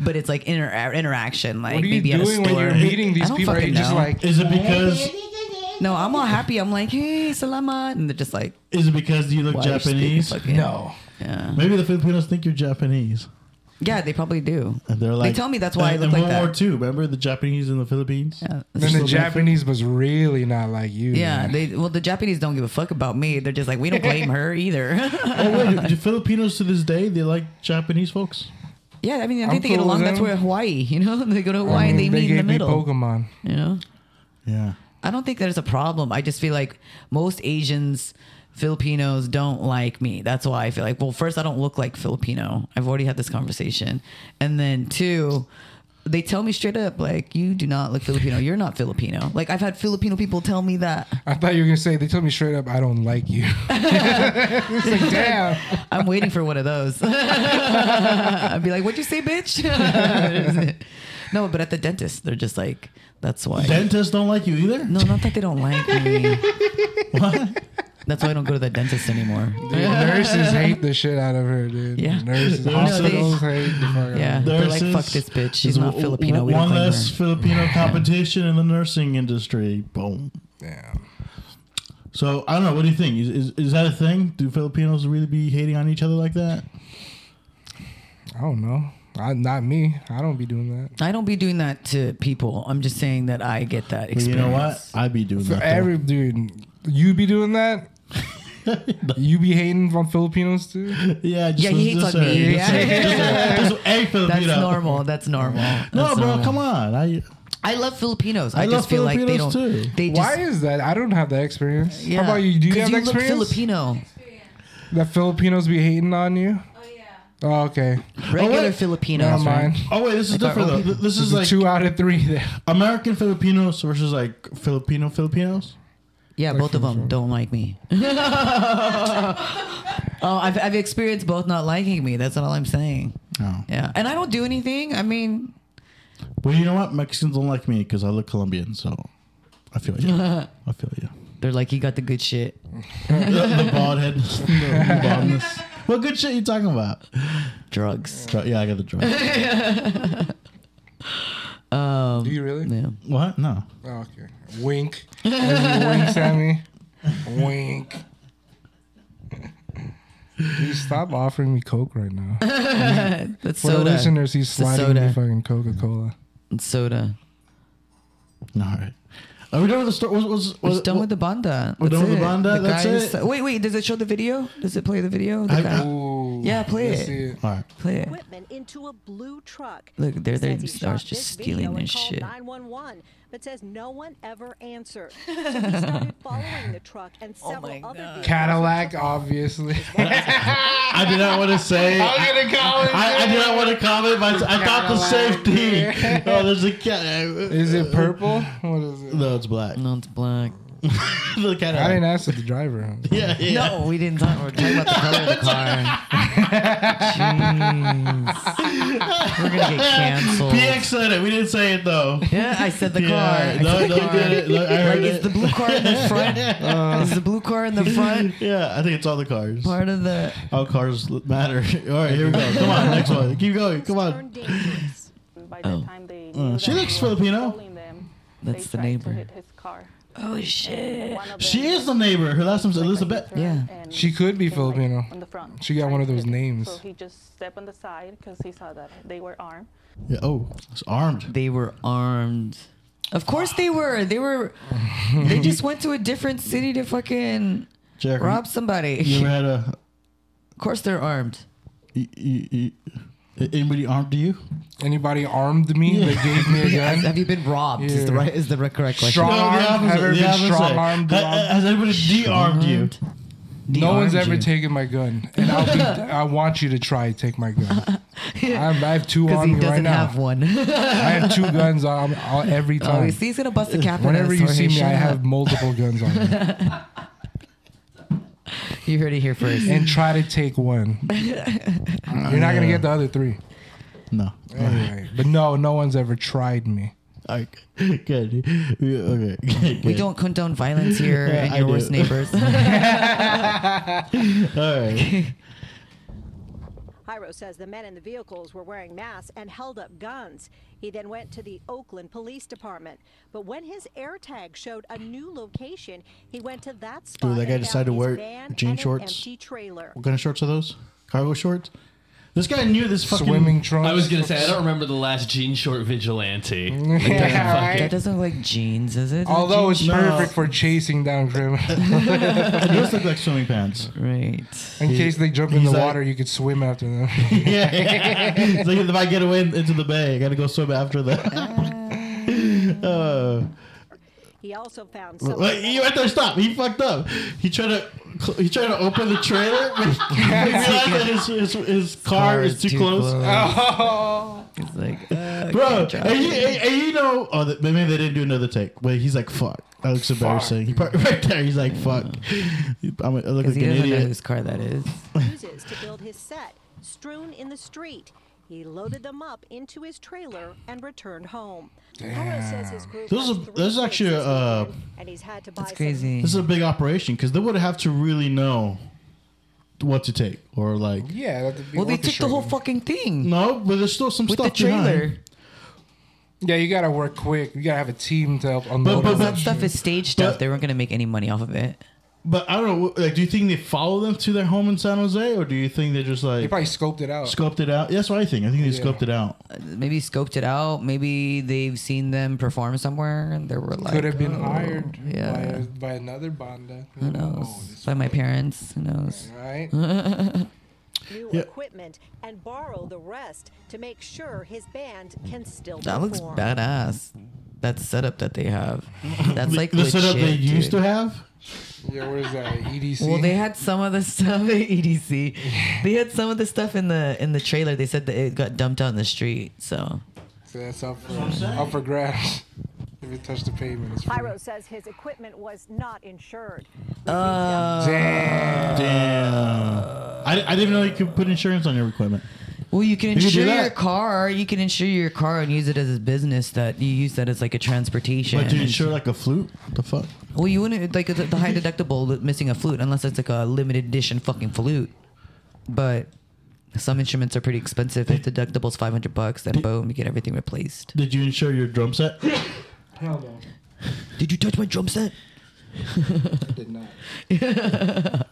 Speaker 2: But it's like inter- interaction, like
Speaker 3: What are you
Speaker 2: maybe at a
Speaker 3: doing when
Speaker 2: store.
Speaker 3: you're meeting
Speaker 2: I
Speaker 3: these
Speaker 2: don't
Speaker 3: people? Are
Speaker 2: fucking
Speaker 3: you just
Speaker 2: know.
Speaker 3: like,
Speaker 1: Is it because?
Speaker 2: no, I'm all happy. I'm like, hey, salamat, and they're just like
Speaker 1: Is it because you look
Speaker 2: why are you speaking
Speaker 1: Japanese?
Speaker 2: fucking-
Speaker 3: no?
Speaker 2: yeah.
Speaker 1: Maybe the Filipinos think you're Japanese.
Speaker 2: Yeah, they probably do.
Speaker 1: And they're like,
Speaker 2: tell me that's why I
Speaker 1: and- and
Speaker 2: look like
Speaker 1: World
Speaker 2: that.
Speaker 1: War Two. Remember the Japanese and the Philippines?
Speaker 2: Yeah.
Speaker 3: Then the Japanese was really not like you.
Speaker 2: Yeah,
Speaker 3: man.
Speaker 2: they well the Japanese don't give a fuck about me. They're just like we don't blame her either.
Speaker 1: Oh wait, do Filipinos to this day they like Japanese folks?
Speaker 2: yeah, I mean I
Speaker 3: I'm
Speaker 2: think they get
Speaker 3: cool with
Speaker 2: along. That's
Speaker 3: them.
Speaker 2: where Hawaii, you know, they go to
Speaker 3: I
Speaker 2: Hawaii and they
Speaker 3: mean,
Speaker 2: meet in the
Speaker 3: gave me
Speaker 2: middle.
Speaker 3: Pokemon.
Speaker 2: You know,
Speaker 1: Yeah.
Speaker 2: I don't think there's a problem. I just feel like most Asians, Filipinos don't like me. That's why I feel like well, first I don't look like Filipino. I've already had this conversation, and then two. They tell me straight up, like, you do not look Filipino. You're not Filipino. Like, I've had Filipino people tell me that.
Speaker 3: I thought you were gonna say they told me straight up I don't like you. it's like damn.
Speaker 2: I'm waiting for one of those. I'd be like, "What'd you say, bitch?" no, but at the dentist, they're just like, "That's why."
Speaker 1: Dentists don't like you either.
Speaker 2: no, not that they don't like me. That's why I don't go to the dentist anymore.
Speaker 3: Dude, nurses hate the shit out of her, dude.
Speaker 2: Yeah.
Speaker 3: Nurses,
Speaker 1: No, they-
Speaker 3: hospitals hate the fuck out of
Speaker 2: Yeah,
Speaker 3: her.
Speaker 2: they're like,
Speaker 1: Nurses-
Speaker 2: "Fuck this bitch. She's
Speaker 1: There's
Speaker 2: not
Speaker 1: w-
Speaker 2: Filipino.
Speaker 1: w-
Speaker 2: We don't
Speaker 1: One
Speaker 2: claim
Speaker 1: less
Speaker 2: her."
Speaker 1: Filipino competition in the nursing industry. Boom.
Speaker 3: Damn.
Speaker 1: So I don't know. What do you think? Is, is, is that a thing? Do Filipinos really be hating on each other like that?
Speaker 3: I don't know. I, not me. I don't be doing that.
Speaker 2: I don't be doing that to people. I'm just saying that I get that
Speaker 1: But
Speaker 2: experience.
Speaker 1: you know what? I be doing
Speaker 3: For
Speaker 1: that. though.
Speaker 3: every dude, you be doing that. you be hating on Filipinos too.
Speaker 1: yeah, just,
Speaker 2: Yeah, he hates
Speaker 1: just
Speaker 2: on
Speaker 1: a-
Speaker 2: me.
Speaker 1: just a-
Speaker 2: Yeah.
Speaker 1: just a- just a Filipino.
Speaker 2: That's normal. That's normal.
Speaker 1: No,
Speaker 2: That's
Speaker 1: bro,
Speaker 2: normal.
Speaker 1: come on. I,
Speaker 2: I love Filipinos. I,
Speaker 1: I
Speaker 2: just
Speaker 1: love
Speaker 2: feel like they don't.
Speaker 1: Filipinos too.
Speaker 2: They just,
Speaker 3: Why is that? I don't have that experience.
Speaker 2: Yeah.
Speaker 3: How about you? Do you
Speaker 2: 'Cause
Speaker 3: have that
Speaker 2: look
Speaker 3: experience?
Speaker 2: Filipino.
Speaker 3: That Filipinos be hating on you?
Speaker 5: Oh yeah.
Speaker 3: Oh, okay.
Speaker 2: Regular
Speaker 1: wait.
Speaker 2: Filipinos.
Speaker 3: Never
Speaker 2: right?
Speaker 3: mind.
Speaker 1: oh wait, this is
Speaker 2: thought,
Speaker 1: different though.
Speaker 2: okay.
Speaker 1: Th- This is
Speaker 3: It's a
Speaker 1: like
Speaker 3: two out of three. There.
Speaker 1: American Filipinos versus like Filipino Filipinos.
Speaker 2: Yeah, both of them don't like me. oh, I've, I've experienced both not liking me. That's all I'm saying.
Speaker 1: No.
Speaker 2: Yeah, and I don't do anything. I mean,
Speaker 1: Well, you know what? Mexicans don't like me because I look Colombian. So I feel you. I feel you.
Speaker 2: they're like, he got the good shit.
Speaker 1: the, the bald head, the baldness. What good shit you talking about?
Speaker 2: Drugs.
Speaker 1: Dr- Yeah, I got the drug.
Speaker 3: Do you really?
Speaker 2: Um, Yeah.
Speaker 1: what? No.
Speaker 3: Oh, okay. Wink. He winks at me. Wink. You stop offering me Coke right now.
Speaker 2: That's
Speaker 3: For
Speaker 2: soda.
Speaker 3: the listeners, he's
Speaker 2: It's a
Speaker 3: sliding me fucking Coca Cola.
Speaker 2: It's soda.
Speaker 1: All right. Are we done with the story? Was, was,
Speaker 2: We're
Speaker 1: was,
Speaker 2: just done with the banda.
Speaker 1: we're
Speaker 2: That's
Speaker 1: done with
Speaker 2: it.
Speaker 1: the banda? That's
Speaker 2: guy
Speaker 1: it?
Speaker 2: is- Wait, wait. Does it show the video? Does it play the video? The
Speaker 1: I-
Speaker 2: guy-
Speaker 3: Ooh.
Speaker 2: Yeah, play
Speaker 3: Let's
Speaker 2: it.
Speaker 3: see
Speaker 1: All right.
Speaker 2: play it.
Speaker 6: equipment into a blue truck.
Speaker 2: Look, there
Speaker 6: He
Speaker 2: they
Speaker 6: says he
Speaker 2: start
Speaker 6: shot
Speaker 2: just
Speaker 6: this
Speaker 2: stealing
Speaker 6: video and
Speaker 2: this
Speaker 6: called
Speaker 2: shit.
Speaker 6: 911, but says no one ever answered. So he started following the truck and several
Speaker 2: Oh my
Speaker 6: other
Speaker 2: God.
Speaker 6: vehicles.
Speaker 3: Cadillac, obviously.
Speaker 1: I did not want to say. I,
Speaker 3: gonna call it.
Speaker 1: I did not want to comment, but I thought the
Speaker 3: Cadillac.
Speaker 1: safety. Oh, there's a cat.
Speaker 3: Is it purple? What is it?
Speaker 1: No, it's black.
Speaker 2: No, it's black.
Speaker 1: the cat.
Speaker 3: I didn't ask the driver.
Speaker 1: Yeah, yeah.
Speaker 2: No, we didn't talk. We're talking about the color of the car. Jeez. We're gonna get canceled.
Speaker 1: PX said it. We didn't say it though.
Speaker 2: Yeah, I said the
Speaker 1: Yeah,
Speaker 2: car. I
Speaker 1: no,
Speaker 2: said the
Speaker 1: no,
Speaker 2: car.
Speaker 1: did it. No, I heard
Speaker 2: Like, is
Speaker 1: it.
Speaker 2: the blue car in the front? is the blue car in the front
Speaker 1: yeah, I think it's all the cars.
Speaker 2: part of the?
Speaker 1: All cars matter. All right, here we go. Come on, next one. Keep going. Oh, Come on.
Speaker 6: Turned dangerous.
Speaker 7: By the
Speaker 2: Oh.
Speaker 7: time they knew
Speaker 1: she looks
Speaker 7: that he was
Speaker 1: Filipino.
Speaker 7: following Them,
Speaker 2: That's
Speaker 7: they
Speaker 2: the
Speaker 7: tried
Speaker 2: neighbor.
Speaker 7: To hit his car.
Speaker 2: Oh shit!
Speaker 7: One of
Speaker 1: She
Speaker 7: them
Speaker 1: is the neighbor. Her last name's
Speaker 7: like,
Speaker 1: Elizabeth.
Speaker 7: he turned
Speaker 2: Yeah.
Speaker 7: and
Speaker 3: She could be
Speaker 7: came, like,
Speaker 3: Filipino.
Speaker 7: on the front,
Speaker 3: She got one of
Speaker 7: trying
Speaker 3: those
Speaker 7: to hit him.
Speaker 3: names.
Speaker 7: So he just stepped on the side because he saw that they were armed.
Speaker 1: Yeah, oh, it's armed.
Speaker 2: They were armed. Of course they were. They were. They just went to a different city to fucking
Speaker 1: Jack,
Speaker 2: rob somebody.
Speaker 1: Mm-hmm. you ever had a
Speaker 2: Of course they're armed.
Speaker 1: you, you, you, anybody armed you?
Speaker 3: Anybody armed me? They gave me a gun.
Speaker 2: Have you been robbed? Is the
Speaker 3: Yeah.
Speaker 2: right? Is the right- correct question?
Speaker 1: Oh,
Speaker 3: Strong- Armed? Have ever been strong-armed,
Speaker 1: Ha-
Speaker 3: robbed?
Speaker 1: Has anybody de-armed you?
Speaker 3: No one's
Speaker 2: De-armed
Speaker 3: ever
Speaker 2: you.
Speaker 3: taken my gun, and I'll be, I want you to try to take my gun. I'm, I have two
Speaker 2: Because
Speaker 3: on
Speaker 2: he
Speaker 3: me right
Speaker 2: doesn't
Speaker 3: now.
Speaker 2: have one.
Speaker 3: I have two guns on on every
Speaker 2: Oh,
Speaker 3: time.
Speaker 2: you see, he's gonna bust a cap. on
Speaker 3: Whenever
Speaker 2: us,
Speaker 3: you
Speaker 2: Jorge.
Speaker 3: see me,
Speaker 2: Shut
Speaker 3: I
Speaker 2: up.
Speaker 3: have multiple guns on me,
Speaker 2: You heard it here first.
Speaker 3: and try to take one. You're not gonna get the other three.
Speaker 1: No.
Speaker 3: Anyway, but no, no one's ever tried me.
Speaker 1: All right. Good. We- Okay. Good.
Speaker 2: we don't condone violence here
Speaker 1: Yeah,
Speaker 2: and
Speaker 1: I
Speaker 2: your
Speaker 1: do.
Speaker 2: worst neighbors.
Speaker 1: All right.
Speaker 6: Jairo says the men in the vehicles were wearing masks and held up guns. He then went to the Oakland Police Department. But when his air tag showed a new location, he went to that spot.
Speaker 1: that guy
Speaker 6: and found
Speaker 1: decided to
Speaker 6: his
Speaker 1: wear
Speaker 6: van
Speaker 1: jean
Speaker 6: and an
Speaker 1: shorts?
Speaker 6: Empty trailer.
Speaker 1: What kind of shorts are those? Cargo shorts? This guy knew this fucking
Speaker 3: Swimming trunks.
Speaker 4: I was gonna say I don't remember the last jean short vigilante.
Speaker 3: Yeah, right?
Speaker 2: That doesn't look like jeans, is it?
Speaker 3: Although it's
Speaker 2: Jean-
Speaker 3: perfect for chasing down criminals.
Speaker 1: It does look like swimming pants.
Speaker 2: right.
Speaker 3: In case they jump in the
Speaker 1: He's like-
Speaker 3: water, you could swim after them.
Speaker 1: yeah, it's like if I get away into the bay, I gotta go swim after that. uh,
Speaker 6: He also found some.
Speaker 1: wait, you right there, stop. He fucked up. He tried to cl- he tried to open the trailer. but he realized that his, his, his car is too, close.
Speaker 3: Ah.
Speaker 2: It's like, uh,
Speaker 1: Bro,
Speaker 2: good job.
Speaker 1: and you, and, and you know, oh, th- maybe they didn't do another take, but he's like, "Fuck, Mm. that looks embarrassing." He probably, right there, he's like, "Fuck, I'm a, I look like
Speaker 2: 'Cause he
Speaker 1: an
Speaker 2: doesn't know
Speaker 1: idiot."
Speaker 2: whose car that is.
Speaker 6: uses to build his set, strewn in the street. He loaded them up into his trailer and returned home. Damn. Says his group
Speaker 1: This is
Speaker 6: has
Speaker 1: a-
Speaker 6: three
Speaker 1: this is actually
Speaker 6: kids this
Speaker 1: a, uh,
Speaker 6: weekend, and he's had to buy
Speaker 2: That's
Speaker 6: some-
Speaker 2: crazy.
Speaker 1: This is a big operation because they would have to really know what to take or like.
Speaker 3: yeah. that'd be
Speaker 2: well, they
Speaker 3: orchestra.
Speaker 2: took the whole fucking thing
Speaker 1: No, but there's still some
Speaker 2: with the
Speaker 1: stuff
Speaker 2: trailer.
Speaker 1: behind.
Speaker 3: Yeah, you gotta work quick. You gotta have a team to help unload.
Speaker 1: but-
Speaker 3: all
Speaker 1: but-
Speaker 3: that
Speaker 2: Stuff is stage stuff.
Speaker 1: But-
Speaker 2: they weren't gonna make any money off of it.
Speaker 1: But I don't know. Like, do you think they follow them to their home in San Jose, or do you think they just
Speaker 3: They
Speaker 1: like
Speaker 3: probably scoped it out.
Speaker 1: scoped it out? That's what I think. I think they
Speaker 3: Yeah.
Speaker 1: scoped it out.
Speaker 2: Maybe scoped it out. Maybe they've seen them perform somewhere, and they were like,
Speaker 3: Could have been
Speaker 2: oh,
Speaker 3: hired
Speaker 2: Yeah,
Speaker 3: by, by another banda.
Speaker 2: who
Speaker 1: Oh,
Speaker 2: knows? By my parents, who knows?
Speaker 3: Right?
Speaker 6: new
Speaker 1: Yeah.
Speaker 6: equipment and borrow the rest to make sure his band can still
Speaker 2: That looks
Speaker 6: perform.
Speaker 2: badass. That setup that they have. That's like
Speaker 1: the setup
Speaker 2: legit,
Speaker 1: they used
Speaker 2: dude.
Speaker 1: to have.
Speaker 3: Yeah, where's that? E EDC?
Speaker 2: Well, they had some of the stuff at EDC. They had some of the stuff in the in the trailer. They said that it got dumped on the street. So
Speaker 3: so that's up for, up for grabs. If it touched the pavement, it's free.
Speaker 6: Pyro says his equipment was not insured.
Speaker 3: Damn.
Speaker 1: I, I didn't know you could put insurance on your equipment.
Speaker 2: Well, you can
Speaker 1: can do
Speaker 2: insure your
Speaker 1: that.
Speaker 2: car. You can insure your car and use it as a business that you use that as like a transportation.
Speaker 1: But do you insure like a flute? What the fuck?
Speaker 2: Well, you wouldn't like the, the high deductible with missing a flute unless it's like a limited edition fucking flute. But some instruments are pretty expensive. If deductible's five hundred bucks, then boom, you get everything replaced.
Speaker 1: Did you insure your drum set?
Speaker 3: Hell no.
Speaker 2: Did you touch my drum set?
Speaker 3: I did not.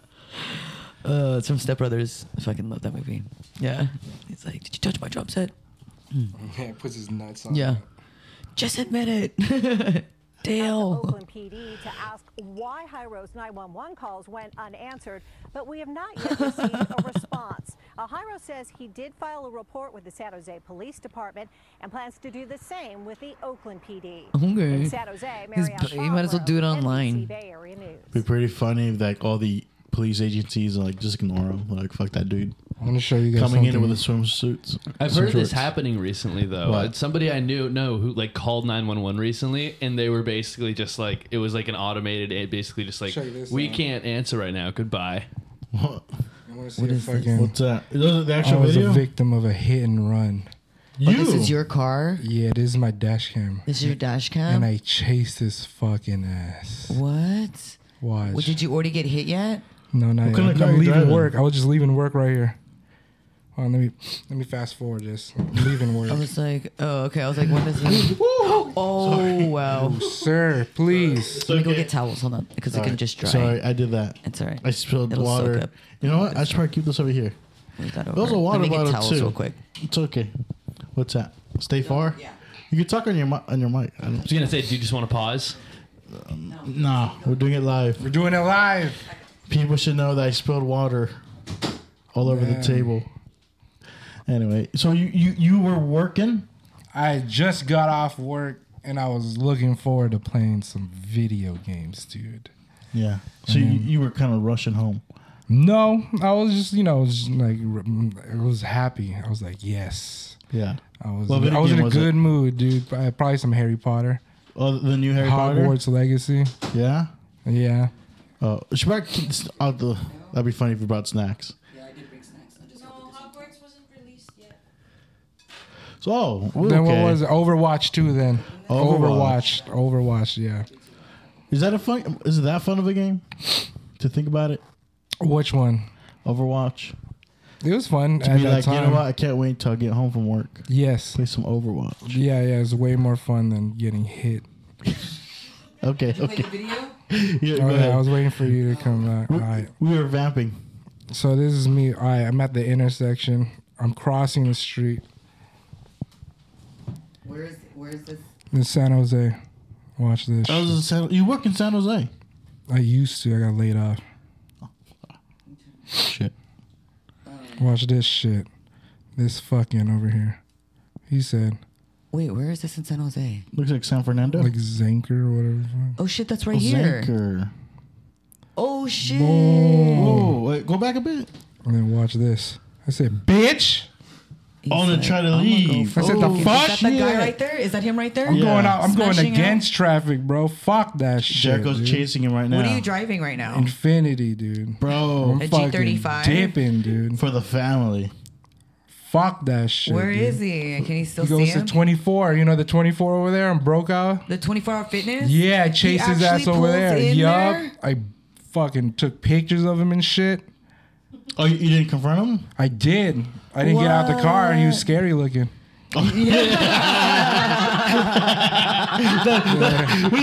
Speaker 2: Uh, it's from Step Brothers. I fucking love that movie. Yeah, he's like, did you touch my drum set?
Speaker 3: Yeah, it puts his nuts on.
Speaker 2: Yeah, just admit it. Dale.
Speaker 6: Oakland PD to ask why Hiro's 911 calls went unanswered, but we have not yet received a response. Uh, Hiro says he did file a report with the San Jose Police Department and plans to do the same with the Oakland PD.
Speaker 2: Okay.
Speaker 6: In San Jose,
Speaker 2: He's-
Speaker 6: Marianne
Speaker 2: he might as well
Speaker 6: Fabro,
Speaker 2: do it online.
Speaker 6: NBC Bay Area News.
Speaker 1: Be pretty funny if like all the police agencies like just ignore him. Like fuck that dude
Speaker 3: I'm gonna show you guys
Speaker 1: coming in
Speaker 3: something.
Speaker 1: with the swimsuits.
Speaker 4: I've
Speaker 1: swim
Speaker 4: heard this
Speaker 1: shorts.
Speaker 4: happening recently though.
Speaker 1: What?
Speaker 4: It's Somebody I knew no who like called nine one one recently, and they were basically just like it was like an automated. It basically just like
Speaker 3: Check this
Speaker 4: we
Speaker 3: out."
Speaker 4: can't answer right now. Goodbye.
Speaker 3: I wanna see a fucking.
Speaker 1: What's that? Is that the
Speaker 3: I
Speaker 1: actual
Speaker 3: was
Speaker 1: video?
Speaker 3: Oh, a victim of a hit and run.
Speaker 2: Oh,
Speaker 1: you.
Speaker 2: this is your car.
Speaker 3: Yeah, this is my dash cam.
Speaker 2: This is your dash cam.
Speaker 3: And I chased his fucking ass.
Speaker 2: what?
Speaker 3: Watch.
Speaker 2: Well, did you already get hit yet?
Speaker 3: No, not
Speaker 1: kind of
Speaker 3: yet.
Speaker 1: car
Speaker 3: I'm
Speaker 1: you
Speaker 3: leaving
Speaker 1: driving?
Speaker 3: work. I was just leaving work right here. Hold on, let me let me fast forward this. I'm leaving work.
Speaker 2: I was like, oh, okay. I was like, what is he? oh, wow.
Speaker 3: Sir, please.
Speaker 2: Let me go
Speaker 1: Okay.
Speaker 2: get towels. Hold on, because it
Speaker 1: Sorry.
Speaker 2: can just dry.
Speaker 1: Sorry, I did that.
Speaker 2: It's all right.
Speaker 1: I spilled
Speaker 2: It'll soak
Speaker 1: water.
Speaker 2: up.
Speaker 1: You know what? I should probably keep this over here.
Speaker 2: Move that
Speaker 1: Those
Speaker 2: over.
Speaker 1: are water
Speaker 2: Let me get
Speaker 1: bottles,
Speaker 2: towels
Speaker 1: too.
Speaker 2: real quick.
Speaker 1: It's okay. What's that? Stay far. Yeah. You can talk on your mi- on your mic. I
Speaker 4: I
Speaker 1: don't,
Speaker 4: was gonna say, do you just want to pause?
Speaker 1: nah, we're doing it live.
Speaker 3: We're doing it live.
Speaker 1: People should know that I spilled water all over
Speaker 3: Yeah.
Speaker 1: the table. Anyway, so you you, you were working.
Speaker 3: I just got off work and I was looking forward to playing some video games, dude.
Speaker 1: Yeah. So you, you were kind of rushing home.
Speaker 3: No, I was just, you know, just like I was happy. I was like, yes.
Speaker 1: Yeah.
Speaker 3: I was,
Speaker 1: What video
Speaker 3: I was in
Speaker 1: game
Speaker 3: a
Speaker 1: was
Speaker 3: good
Speaker 1: it?
Speaker 3: mood, dude. Probably probably some Harry Potter,
Speaker 1: Oh, the new Harry
Speaker 3: Hogwarts Legacy.
Speaker 1: Potter. Yeah.
Speaker 3: Yeah.
Speaker 1: Oh, should probably keep this out the. That'd be funny if you brought snacks.
Speaker 5: No, Hogwarts wasn't released yet.
Speaker 1: So oh, okay.
Speaker 3: Then what was it? Overwatch 2 then.
Speaker 1: Overwatch.
Speaker 3: Overwatch. Overwatch, yeah.
Speaker 1: Is that a fun? Is it that fun of a game? To think about it,
Speaker 3: Which one?
Speaker 1: Overwatch.
Speaker 3: It was fun
Speaker 1: To
Speaker 3: at
Speaker 1: be
Speaker 3: that
Speaker 1: like,
Speaker 3: time.
Speaker 1: you know what? I can't wait till I get home from work.
Speaker 3: Yes.
Speaker 1: Play some Overwatch.
Speaker 3: Yeah, yeah. It was way more fun than getting hit.
Speaker 1: Okay, okay. Yeah,
Speaker 3: Oh,
Speaker 1: go
Speaker 3: yeah, I
Speaker 1: ahead.
Speaker 3: was waiting for you to come out. All right.
Speaker 1: we were vamping.
Speaker 3: So this is me. All right, I'm at the intersection. I'm crossing the street
Speaker 2: Where is where is this?
Speaker 3: in San Jose. Watch this.
Speaker 1: I was in San, you work in San Jose.
Speaker 3: I used to. I got laid off.
Speaker 1: Shit.
Speaker 3: Watch this shit. This fucking over here. He said,
Speaker 2: Wait, where is this in San Jose?
Speaker 1: Looks like San Fernando.
Speaker 3: like Zanker or whatever. the fuck.
Speaker 2: Oh shit, that's right here.
Speaker 1: Zanker.
Speaker 2: Oh shit.
Speaker 1: Oh, wait, go back a bit.
Speaker 3: And then watch this. I said, bitch.
Speaker 2: He's
Speaker 1: Oh, and try to
Speaker 2: "I'ma go
Speaker 1: leave."
Speaker 2: for
Speaker 3: I said,
Speaker 2: it."
Speaker 3: the Oh,
Speaker 2: Is
Speaker 3: fuck?
Speaker 2: that that guy
Speaker 1: Yeah.
Speaker 2: right there? Is that him right there?
Speaker 1: Yeah.
Speaker 3: Going out. I'm going
Speaker 2: Smashing
Speaker 3: against traffic, bro. Fuck that shit.
Speaker 1: Jericho's
Speaker 3: dude.
Speaker 1: chasing him right now.
Speaker 2: What are you driving right now?
Speaker 3: Infinity, dude.
Speaker 1: Bro,
Speaker 2: A
Speaker 3: I'm fucking
Speaker 2: G35?
Speaker 3: Dipping, dude.
Speaker 1: for the family.
Speaker 3: Fuck that shit.
Speaker 2: Where
Speaker 3: dude.
Speaker 2: is he? Can he still
Speaker 3: He
Speaker 2: see
Speaker 3: goes to
Speaker 2: him?
Speaker 3: 24. You know the 24 over there in Brokaw?
Speaker 2: the 24 hour fitness?
Speaker 3: Yeah,
Speaker 2: He
Speaker 3: chase his ass
Speaker 2: actually
Speaker 3: over
Speaker 2: pulls
Speaker 3: there.
Speaker 2: in
Speaker 3: Yup.
Speaker 2: there?
Speaker 3: I fucking took pictures of him and shit.
Speaker 1: Oh, you, you didn't confront him?
Speaker 3: I did. I didn't get out the car. He was
Speaker 2: What?
Speaker 3: scary looking.
Speaker 1: when,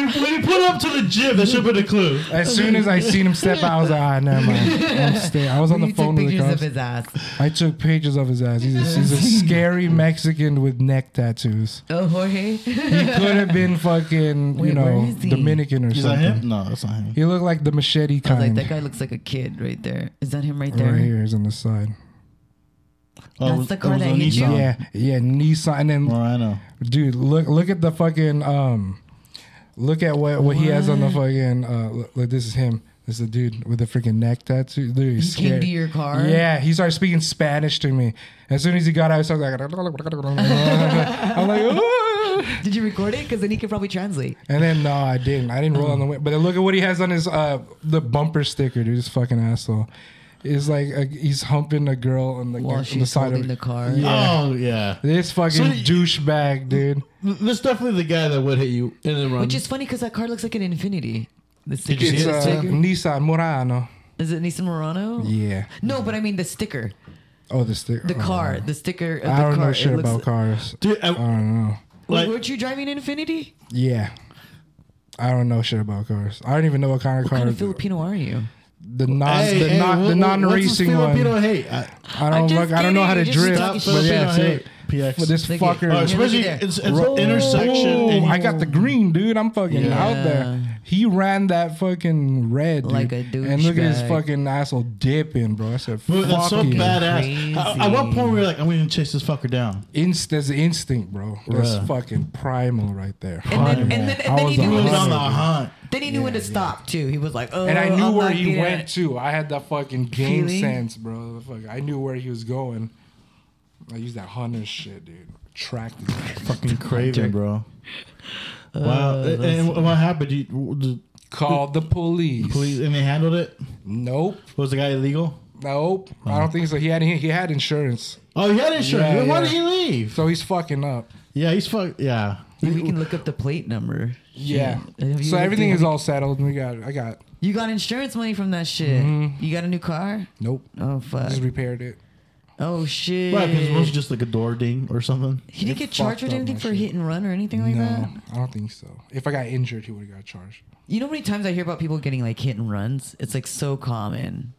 Speaker 1: you, when you put up to the gym, that should have been a clue.
Speaker 3: As soon as I seen him step out, I was like, ah, never mind. I'm staying. I was on
Speaker 2: You
Speaker 3: the
Speaker 2: took
Speaker 3: phone with the
Speaker 2: pictures of
Speaker 3: cops.
Speaker 2: his ass.
Speaker 3: I took pictures of his ass. He's a, he's a scary Mexican with neck tattoos.
Speaker 2: Oh, Jorge.
Speaker 3: He could have been fucking, you
Speaker 2: Wait, where
Speaker 3: know,
Speaker 2: is he?
Speaker 3: Dominican or
Speaker 1: Is that
Speaker 3: something.
Speaker 1: him? No, that's not him.
Speaker 3: He looked like the
Speaker 2: I
Speaker 3: machete
Speaker 2: was like,
Speaker 3: kind.
Speaker 2: that guy looks like a kid right there. Is that him right there?
Speaker 3: right here is on the side.
Speaker 1: Oh,
Speaker 2: That's the
Speaker 1: it
Speaker 2: car
Speaker 1: was
Speaker 2: that
Speaker 1: a
Speaker 2: hit you?
Speaker 1: Nissan.
Speaker 3: Yeah, yeah, Nissan. And then
Speaker 1: Oh, I know.
Speaker 3: dude look look at the fucking um look at what what, he has on the fucking uh look, look, this is him this is the dude with the freaking neck tattoo dude he's
Speaker 2: He came
Speaker 3: scary.
Speaker 2: to your car?
Speaker 3: yeah he started speaking spanish to me as soon as he got out he started like i'm like "Ah."
Speaker 2: Did you record it? Because then he could probably translate.
Speaker 3: and then no i didn't i didn't roll on the window but then look at what he has on his uh the bumper sticker dude this fucking asshole is like a, he's humping a girl on the,
Speaker 2: While
Speaker 3: on the
Speaker 2: she's
Speaker 3: side
Speaker 2: holding
Speaker 3: of
Speaker 2: the car.
Speaker 3: Yeah.
Speaker 1: Oh, yeah.
Speaker 3: this fucking
Speaker 1: So you-
Speaker 3: douchebag dude
Speaker 1: That's definitely the guy that would hit you.
Speaker 4: And then run.
Speaker 3: Um,
Speaker 2: Which is funny because that car looks like an Infinity. The sticker.
Speaker 1: you
Speaker 3: it's
Speaker 1: see it?
Speaker 2: The
Speaker 3: uh,
Speaker 2: sticker.
Speaker 3: nissan murano
Speaker 2: Is it Nissan Murano?
Speaker 3: yeah
Speaker 2: No, but I mean the sticker,
Speaker 3: Oh, the sticker.
Speaker 2: the car, the sticker. Of
Speaker 3: I
Speaker 2: the
Speaker 3: don't
Speaker 2: car.
Speaker 3: know
Speaker 2: it
Speaker 3: shit
Speaker 2: looks-
Speaker 3: about cars.
Speaker 1: Dude, I-
Speaker 3: I don't know.
Speaker 1: Like-
Speaker 2: weren't you driving an Infinity?
Speaker 3: Yeah. I don't know shit about cars. I don't even know what kind of
Speaker 2: What
Speaker 3: car.
Speaker 2: kind of Filipino are you?
Speaker 3: the non,
Speaker 1: Hey,
Speaker 3: the
Speaker 1: hey,
Speaker 3: non,
Speaker 1: what-
Speaker 3: the
Speaker 1: what's this
Speaker 3: non-racing
Speaker 1: Filipino
Speaker 3: one.
Speaker 1: hate?
Speaker 2: Uh,
Speaker 1: I,
Speaker 3: I don't
Speaker 2: just
Speaker 3: look. I don't know how to
Speaker 2: kidding, you're
Speaker 3: drift.
Speaker 2: just
Speaker 3: But yeah,
Speaker 1: Filipino hate.
Speaker 3: so,
Speaker 1: PX.
Speaker 3: but this
Speaker 2: Thank you.
Speaker 3: fucker.
Speaker 1: Oh,
Speaker 2: Yeah, look
Speaker 1: especially
Speaker 2: at that.
Speaker 1: it's, it's an intersection.
Speaker 3: Oh,
Speaker 1: and
Speaker 3: I got the green, dude. I'm fucking
Speaker 1: Yeah.
Speaker 3: out there. He ran that fucking red, dude.
Speaker 2: Like a
Speaker 3: And look at his
Speaker 2: douchebag.
Speaker 3: fucking asshole dipping, bro. I said,
Speaker 1: Dude,
Speaker 3: "Fuck
Speaker 1: that's so
Speaker 3: you."
Speaker 1: badass. At- At what point were you like, I'm going to chase this fucker down?
Speaker 3: Inst- that's instinct, bro. That's
Speaker 1: Bruh.
Speaker 3: fucking primal right there.
Speaker 2: And then, and then, and
Speaker 3: I
Speaker 2: then
Speaker 3: was
Speaker 2: he
Speaker 3: a
Speaker 1: He
Speaker 2: knew when
Speaker 1: was on the
Speaker 2: to,
Speaker 1: hunt.
Speaker 2: then he knew when to stop too. He was like, oh,
Speaker 3: And I knew
Speaker 2: I'm
Speaker 3: where
Speaker 2: not
Speaker 3: he
Speaker 2: getting
Speaker 3: went
Speaker 2: it.
Speaker 3: to. I had that fucking game
Speaker 2: Feeling?
Speaker 3: sense, bro. The fuck- I knew where he was going. I used that hunter shit, dude. Tracked his ass.
Speaker 1: Fucking craving, bro. Wow.
Speaker 2: Uh,
Speaker 1: And- and what happened? You, the
Speaker 3: Called the police.
Speaker 1: police, and they handled it?
Speaker 3: Nope.
Speaker 1: Was the guy illegal?
Speaker 3: Nope. I don't think so. He had he, he had insurance,
Speaker 1: Oh, he had insurance.
Speaker 3: Yeah,
Speaker 1: Then Why
Speaker 3: yeah.
Speaker 1: did he leave?
Speaker 3: so he's fucking up.
Speaker 1: Yeah, he's fuck. Yeah.
Speaker 2: we can look up the plate number.
Speaker 3: Yeah.
Speaker 2: Shit. Have you
Speaker 3: So
Speaker 2: looked
Speaker 3: everything
Speaker 2: in-
Speaker 3: is all settled. We got. I got.
Speaker 2: You got insurance money from that shit.
Speaker 3: Mm-hmm.
Speaker 2: You got a new car.
Speaker 3: Nope.
Speaker 2: Oh fuck.
Speaker 3: Just repaired it.
Speaker 2: Oh shit.
Speaker 1: Right, because it was just like a door ding or something.
Speaker 2: he didn't
Speaker 3: It
Speaker 2: get charged
Speaker 3: fucked
Speaker 2: with
Speaker 3: up
Speaker 2: anything
Speaker 3: my
Speaker 2: for
Speaker 3: shit.
Speaker 2: hit and run or anything like
Speaker 3: No,
Speaker 2: that.
Speaker 3: I don't think so. If I got injured, he would have got charged.
Speaker 2: You know how many times I hear about people getting like hit and runs? It's like so common.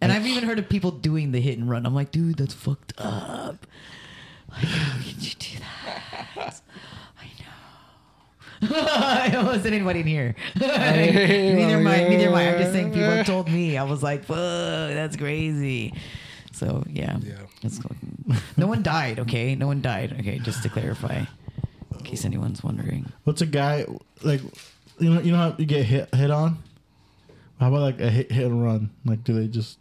Speaker 2: And I've even heard of people doing the hit and run. I'm like, dude, that's fucked up. Like, how could you do that? I know. it wasn't anybody in here. neither my, neither my. I'm just saying people told me. I was like, fuck, that's crazy. So yeah.
Speaker 3: Yeah.
Speaker 2: That's cool. No one died, okay? No one died. Okay, just to clarify. In case anyone's wondering.
Speaker 1: What's a guy like? You know, you know how you get hit hit on. How about like a hit, hit and run? Like, do they just?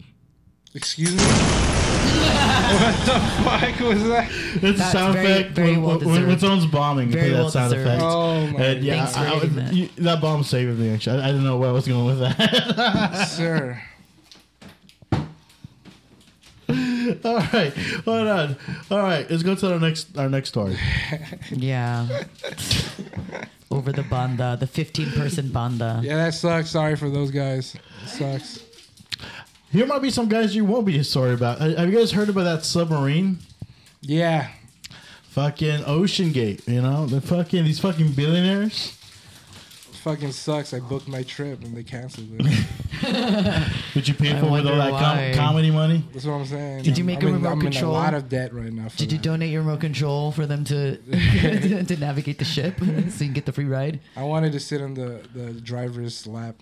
Speaker 3: Excuse me. what the fuck was that?
Speaker 1: It's a
Speaker 2: That's
Speaker 1: sound
Speaker 2: very-
Speaker 1: effect
Speaker 2: very
Speaker 1: when,
Speaker 2: well
Speaker 1: when, when
Speaker 2: deserved.
Speaker 1: someone's bombing. you
Speaker 2: Very
Speaker 1: play that
Speaker 2: well
Speaker 1: sound
Speaker 2: deserved.
Speaker 1: effect.
Speaker 3: Oh my
Speaker 1: And yeah,
Speaker 2: Thanks for
Speaker 1: I, I,
Speaker 2: reading that.
Speaker 1: you, that bomb saved me. Actually, I, I didn't know where I was going with that.
Speaker 3: sir.
Speaker 1: All right, hold on. All right, let's go to our next our next story.
Speaker 2: Yeah. Over the banda, the 15 person banda.
Speaker 3: Yeah, that sucks. Sorry for those guys. It sucks.
Speaker 1: Here might be some guys you won't be sorry about. Uh, Have you guys heard about that submarine?
Speaker 3: Yeah.
Speaker 1: Fucking Ocean Gate, you know the fucking these fucking billionaires.
Speaker 3: fucking sucks. I booked my trip and they canceled it.
Speaker 1: Would you pay
Speaker 2: I
Speaker 1: for it with all
Speaker 2: wonder
Speaker 1: that
Speaker 2: why.
Speaker 1: com- comedy money?
Speaker 3: That's what I'm saying.
Speaker 2: Did you
Speaker 3: I'm-
Speaker 2: make
Speaker 3: I'm
Speaker 2: a
Speaker 3: in-
Speaker 2: remote
Speaker 3: I'm
Speaker 2: control?
Speaker 3: in a lot of debt right now. For
Speaker 2: Did you
Speaker 3: that.
Speaker 2: donate your remote control for them to to navigate the ship so you can get the free ride?
Speaker 3: I wanted to sit on the, the driver's lap,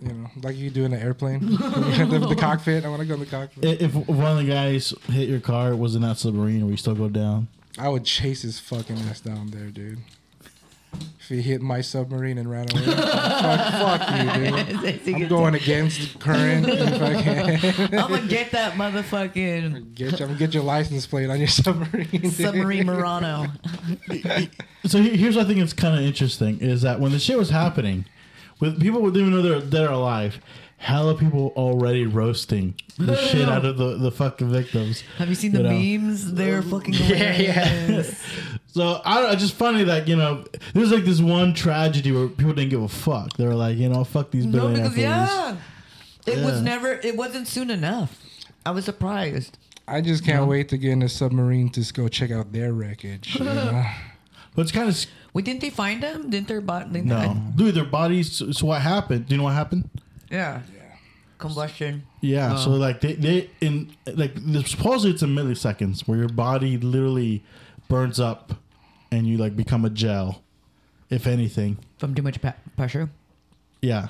Speaker 3: you know, like you do in an airplane. the, the cockpit. I want to go in the cockpit.
Speaker 1: I- If one of the guys hit your car, was it not submarine? Would you still go down?
Speaker 3: I would chase his fucking ass down there, dude. If he hit my submarine and ran away, fuck, fuck you, dude. I'm going against the current. If I can.
Speaker 2: I'm gonna get that motherfucking
Speaker 3: Get, your, get your license plate on your submarine. dude.
Speaker 2: submarine Murano.
Speaker 1: So he- here's what I think it's kind of interesting is that when the shit was happening, with people didn't even know they're they're alive. Hella people already roasting the shit out of the, the fucking victims.
Speaker 2: Have you seen the
Speaker 1: You know.
Speaker 2: memes? They're fucking
Speaker 1: Yeah, yeah.
Speaker 2: hilarious.
Speaker 1: So I don't- it's just funny that you know there's like this one tragedy where people didn't give a fuck. They were like, you know, fuck these
Speaker 2: No,
Speaker 1: billionaires.
Speaker 2: because yeah, it
Speaker 1: Yeah.
Speaker 2: was never. It wasn't soon enough. I was surprised.
Speaker 3: I just can't wait to get in a submarine to just go check out their wreckage. you know?
Speaker 1: But it's kind of
Speaker 2: Wait, didn't they find them? Didn't their body? Didn't
Speaker 1: no, dude. Their bodies. So, so what happened? Do you know what happened?
Speaker 2: yeah. Combustion.
Speaker 1: Yeah. So like they they in like the- supposedly it's in milliseconds where your body literally burns up and you like become a gel, if anything.
Speaker 2: From too much pa- pressure.
Speaker 1: Yeah.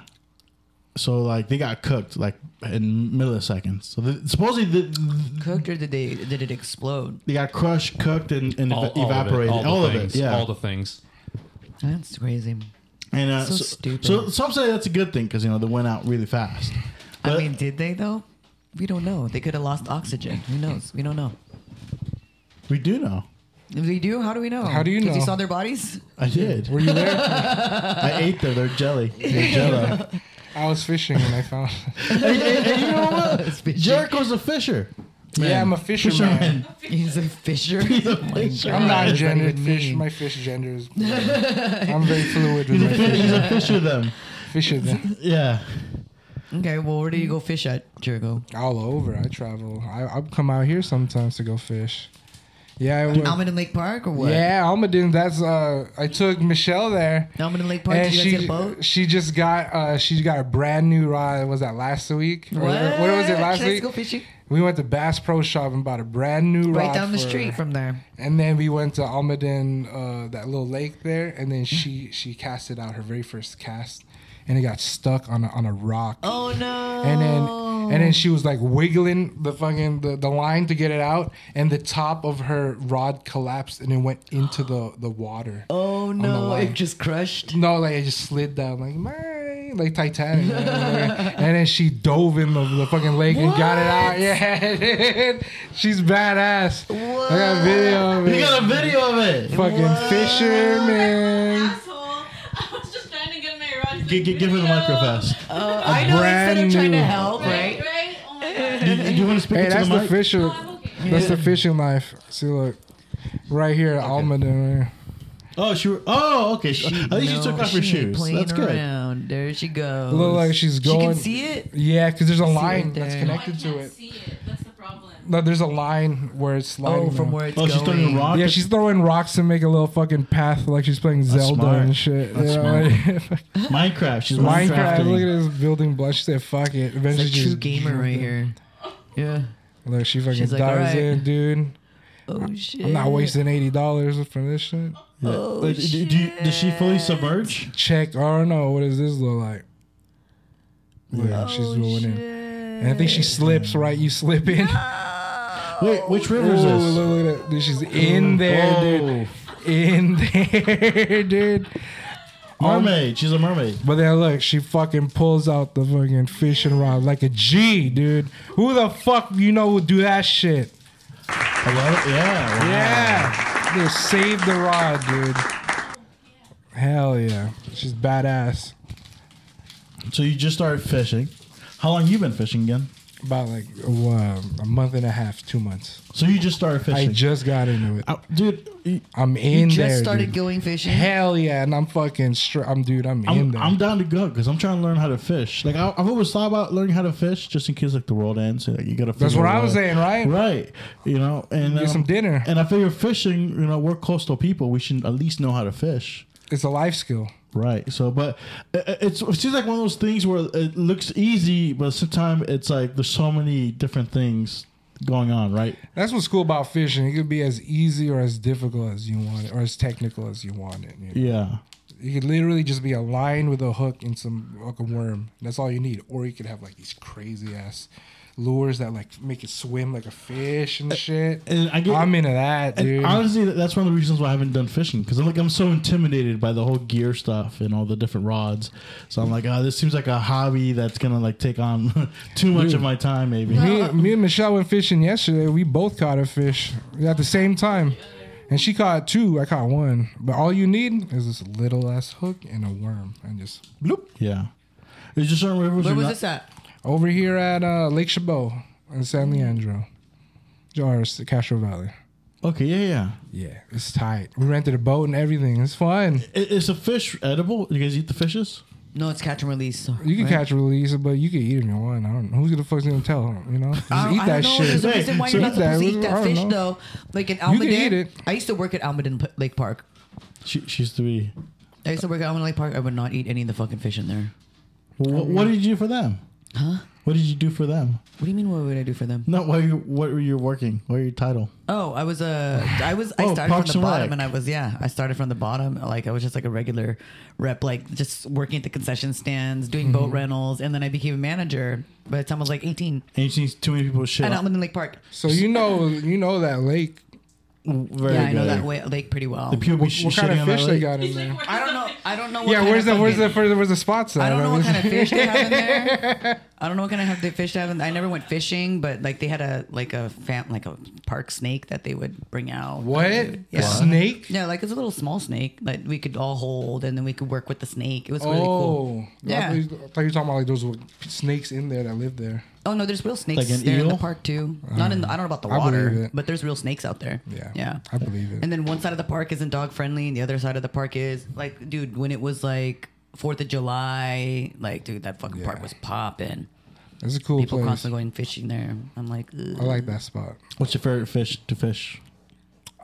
Speaker 1: So like they got cooked like in milliseconds. So the, supposedly the,
Speaker 2: Cooked or did they? Did it explode?
Speaker 1: they got crushed, cooked, and, and
Speaker 8: All,
Speaker 1: eva-
Speaker 8: all
Speaker 1: evaporated.
Speaker 8: Of it, all,
Speaker 1: All
Speaker 8: the
Speaker 1: of it.
Speaker 8: things,
Speaker 1: yeah.
Speaker 8: All the things.
Speaker 2: That's crazy.
Speaker 1: and uh,
Speaker 2: So
Speaker 1: so,
Speaker 2: stupid.
Speaker 1: so some say that's a good thing because you know they went out really fast.
Speaker 2: I
Speaker 1: But-
Speaker 2: mean, did they though? We don't know. They could have lost oxygen. Who knows? We don't know.
Speaker 1: We do know.
Speaker 2: If they do, how do we know?
Speaker 3: How do you
Speaker 2: 'Cause You
Speaker 3: know?
Speaker 2: saw their bodies.
Speaker 1: I did.
Speaker 3: Were you there?
Speaker 1: I ate them. They're jelly. They're jello.
Speaker 3: I was fishing and I found.
Speaker 1: and, and- and you know what?
Speaker 2: It's fishy.
Speaker 1: Jericho's a fisher.
Speaker 3: Yeah, I'm a fisherman.
Speaker 2: He's a fisher. oh my God.
Speaker 3: I'm not
Speaker 2: What does that
Speaker 3: gendered.
Speaker 2: even
Speaker 3: Fish,
Speaker 2: mean?
Speaker 3: my fish gender is. I'm very fluid with
Speaker 1: He's a,
Speaker 3: my
Speaker 1: fi-
Speaker 3: fish.
Speaker 1: he's a fisher. Them.
Speaker 3: Fisher, then.
Speaker 1: Yeah.
Speaker 2: Okay, well, where do you go fish at, Jericho?
Speaker 3: all over. I travel. I, I come out here sometimes to go fish. Yeah, I would.
Speaker 2: Almaden Lake Park or what?
Speaker 3: yeah, Almaden. That's uh, I took Michelle there.
Speaker 2: Almaden Lake Park. Did you guys get a boat?
Speaker 3: she just got uh she got a brand new rod. Was that last week? Or- What, was it last
Speaker 2: Should I
Speaker 3: week?
Speaker 2: go fishing?
Speaker 3: We went to Bass Pro Shop and bought a brand new rod
Speaker 2: Right down the
Speaker 3: for-
Speaker 2: street from there.
Speaker 3: And then we went to Almaden, uh, that little lake there, and then she she casted out her very first cast, and it got stuck on a, on a rock.
Speaker 2: Oh no!
Speaker 3: And then and then she was like wiggling the fucking the, the line to get it out, and the top of her rod collapsed and it went into the the water.
Speaker 2: oh
Speaker 3: the
Speaker 2: no! It
Speaker 3: line.
Speaker 2: just crushed.
Speaker 3: No, like it just slid down, like my, like Titanic. man. and then she dove in the, the fucking lake and got it out. Yeah, dude. she's badass. I got a video of
Speaker 1: You
Speaker 3: it.
Speaker 1: got a video of it.
Speaker 3: fucking fisherman.
Speaker 5: Asshole. I was just trying to get my rod.
Speaker 1: G- g- give him the microfest.
Speaker 2: Uh, I know. Instead of
Speaker 3: brand
Speaker 2: trying to
Speaker 3: new-
Speaker 2: help,
Speaker 5: Right?
Speaker 2: right?
Speaker 5: Right? Oh my god.
Speaker 1: You, you want to speak
Speaker 3: Hey,
Speaker 1: into
Speaker 3: that's
Speaker 1: the
Speaker 3: the,
Speaker 1: mic?
Speaker 3: fisher.
Speaker 5: I'm okay.
Speaker 3: That's the fishing life. See, look, right here, at Almaden. Right?
Speaker 1: Oh, she. Oh, okay. She, I think she
Speaker 2: No,
Speaker 1: took off her
Speaker 2: she ain't
Speaker 1: shoes.
Speaker 2: playing
Speaker 1: That's good.
Speaker 2: Around. There she goes.
Speaker 3: Look like she's
Speaker 2: She
Speaker 3: going-
Speaker 2: can see it.
Speaker 3: Yeah, because there's a line
Speaker 2: right
Speaker 3: that's
Speaker 2: there.
Speaker 5: No, I
Speaker 3: connected
Speaker 5: can't
Speaker 3: to it.
Speaker 5: see it. That's the problem.
Speaker 3: No, there's a line where it's sliding.
Speaker 2: Oh, from
Speaker 3: down.
Speaker 2: where it's
Speaker 1: Oh,
Speaker 2: going.
Speaker 1: she's throwing rock.
Speaker 3: Yeah, she's throwing rocks to make a little fucking path like she's playing Zelda
Speaker 1: smart.
Speaker 3: and shit.
Speaker 1: That's
Speaker 3: you know?
Speaker 1: Minecraft. She's
Speaker 3: Minecraft. Look
Speaker 1: Minecraft.
Speaker 3: at this building blush. She said, "Fuck it." Eventually,
Speaker 2: It's a true
Speaker 3: just-
Speaker 2: gamer right here. Yeah.
Speaker 3: Look, she fucking
Speaker 2: She's like,
Speaker 3: dives
Speaker 2: "Alright."
Speaker 3: in, dude.
Speaker 2: Oh shit.
Speaker 3: I'm not wasting eighty dollars from this shit.
Speaker 2: Oh,
Speaker 1: Do, do, do, you- does she fully submerge?
Speaker 3: Check. I don't know. What does this look like? Look, she's
Speaker 2: Oh,
Speaker 3: going in. And I think she slips. Right, you slip in.
Speaker 1: Wait, which
Speaker 3: Ooh,
Speaker 1: river is
Speaker 3: Oh, look,
Speaker 1: this?
Speaker 3: look at that. Dude, she's
Speaker 2: Mm,
Speaker 3: in there, dude. In there, dude.
Speaker 1: Mermaid. She's a mermaid.
Speaker 3: But then look, she fucking pulls out the fucking fishing rod like a G, dude. Who the fuck you know would do that shit?
Speaker 1: Hello. Yeah. wow.
Speaker 3: Yeah. Dude, save the rod, dude. Hell yeah. She's badass.
Speaker 1: So you just started fishing. How long you been fishing again?
Speaker 3: About like uh, a month and a half, two months.
Speaker 1: So you just started
Speaker 3: I
Speaker 1: fishing,
Speaker 3: just got into it.
Speaker 1: Uh, dude. y-
Speaker 3: I'm in
Speaker 2: You just
Speaker 3: there.
Speaker 2: started
Speaker 3: dude.
Speaker 2: going fishing.
Speaker 3: Hell yeah, and I'm fucking straight. I'm dude. I'm, in
Speaker 1: I'm,
Speaker 3: there.
Speaker 1: I'm down to go because I'm trying to learn how to fish. Like I, I've always thought about learning how to fish just in case like the world ends. Like you gotta.
Speaker 3: That's
Speaker 1: figure
Speaker 3: what
Speaker 1: it
Speaker 3: I was
Speaker 1: out.
Speaker 3: saying, right?
Speaker 1: Right. You know, and
Speaker 3: Get some dinner.
Speaker 1: And I figure fishing. You know, we're coastal people. We should at least know how to fish.
Speaker 3: It's a life skill.
Speaker 1: Right. So, but it, it- it's it seems like one of those things where it looks easy, but sometimes it's like there's so many different things going on. Right.
Speaker 3: That's what's cool about fishing. It could be as easy or as difficult as you want it, or as technical as you want it. You know?
Speaker 1: Yeah.
Speaker 3: It could literally just be a line with a hook and some like a worm. That's all you need. Or you could have like these crazy ass lures that like make it swim like a fish and shit.
Speaker 1: and I get-
Speaker 3: I'm into that,
Speaker 1: And
Speaker 3: dude.
Speaker 1: honestly, that- that's one of the reasons why I haven't done fishing because I'm like I'm so intimidated by the whole gear stuff and all the different rods. So I'm like, oh, this seems like a hobby that's gonna like take on too much of my time, maybe.
Speaker 3: me, me and Michelle went fishing yesterday. We both caught a fish at the same time. And she caught two. I caught one. But all you need is this little ass hook and a worm. And just bloop.
Speaker 1: Yeah, it's just certain rivers.
Speaker 2: Where
Speaker 1: you're
Speaker 2: was
Speaker 1: not-
Speaker 2: this at?
Speaker 3: Over here at uh, Lake Chabot in San Leandro. Or Castro Valley.
Speaker 1: Okay, yeah, yeah.
Speaker 3: Yeah, it's tight. We rented a boat and everything. It's fun.
Speaker 1: I- Is a fish edible? You guys eat the fishes?
Speaker 2: No, it's catch and release.
Speaker 3: You can
Speaker 2: right?
Speaker 3: catch a release, but you can eat it if you want. I don't know. Who's the fuck's gonna tell? You know, just
Speaker 2: I don't,
Speaker 3: eat
Speaker 2: I
Speaker 3: that
Speaker 2: don't know. There's
Speaker 3: shit.
Speaker 2: a
Speaker 1: Hey,
Speaker 2: reason why
Speaker 1: so
Speaker 2: you're
Speaker 1: eat
Speaker 2: not
Speaker 3: that.
Speaker 2: supposed to eat
Speaker 3: I
Speaker 2: that
Speaker 3: don't
Speaker 2: fish,
Speaker 3: know.
Speaker 2: though. Like in
Speaker 3: can eat
Speaker 2: Almaden,
Speaker 3: it.
Speaker 2: I used to work at Almaden P- Lake Park.
Speaker 1: She, she used to be.
Speaker 2: I used to work at Almaden Lake Park. I would not eat any of the fucking fish in there.
Speaker 1: What, what did you do for them? Huh? What did you do for them?
Speaker 2: What do you mean? What would I do for them?
Speaker 1: Not while you. What were you working? What were your title?
Speaker 2: Oh, I was uh, I was I
Speaker 1: Oh,
Speaker 2: started
Speaker 1: Parks
Speaker 2: from
Speaker 1: and
Speaker 2: the bottom,
Speaker 1: Rec.
Speaker 2: and I was yeah, I started from the bottom. Like I was just like a regular rep, like just working at the concession stands, doing boat
Speaker 3: Mm-hmm.
Speaker 2: rentals, and then I became a manager. By the time I was like 18,
Speaker 1: And you see too many people shit.
Speaker 2: at
Speaker 1: on-
Speaker 2: Almaden Lake Park.
Speaker 3: So you know, you know that lake.
Speaker 1: Very
Speaker 2: Yeah, I know
Speaker 1: good.
Speaker 2: that way, lake pretty well.
Speaker 1: The people be
Speaker 3: What,
Speaker 1: sh-
Speaker 3: what kind
Speaker 1: shitting
Speaker 3: of
Speaker 1: on that
Speaker 3: fish they
Speaker 1: lake.
Speaker 3: got in
Speaker 5: He's like,
Speaker 3: there?
Speaker 5: where's
Speaker 2: I don't
Speaker 5: the
Speaker 2: know.
Speaker 5: fish?
Speaker 2: I don't know. What
Speaker 3: Yeah,
Speaker 2: kind
Speaker 3: where's
Speaker 2: of
Speaker 3: the where's the
Speaker 2: fucking-
Speaker 3: where's the, where's the spots? At?
Speaker 2: I don't know what
Speaker 3: mean,
Speaker 2: kind of fish they have in there. I don't know what kind of have they fish they have. In, I never went fishing, but like they had a like a fam, like a park snake that they would bring out.
Speaker 3: What
Speaker 2: Yeah.
Speaker 3: snake?
Speaker 2: Yeah, like it's a little small snake that we could all hold, and then we could work with the snake. It was really cool.
Speaker 3: Oh, I
Speaker 2: Yeah.
Speaker 3: thought you- I thought you were talking about like those little snakes in there that live there.
Speaker 2: Oh no, there's real snakes
Speaker 1: Like an
Speaker 2: there in the
Speaker 1: eel?
Speaker 2: park too. Not in the, I don't know about the
Speaker 3: I believe
Speaker 2: water,
Speaker 3: it.
Speaker 2: but there's real snakes out there.
Speaker 3: Yeah,
Speaker 2: yeah.
Speaker 3: I believe it.
Speaker 2: And then one side of the park isn't dog friendly, and the other side of the park is like, dude, when it was like Fourth of July, like, dude, that fucking park
Speaker 3: Yeah.
Speaker 2: was popping.
Speaker 3: It's a cool
Speaker 2: People
Speaker 3: place.
Speaker 2: constantly going fishing there. I'm like,
Speaker 3: I like that spot.
Speaker 1: What's your favorite fish to fish?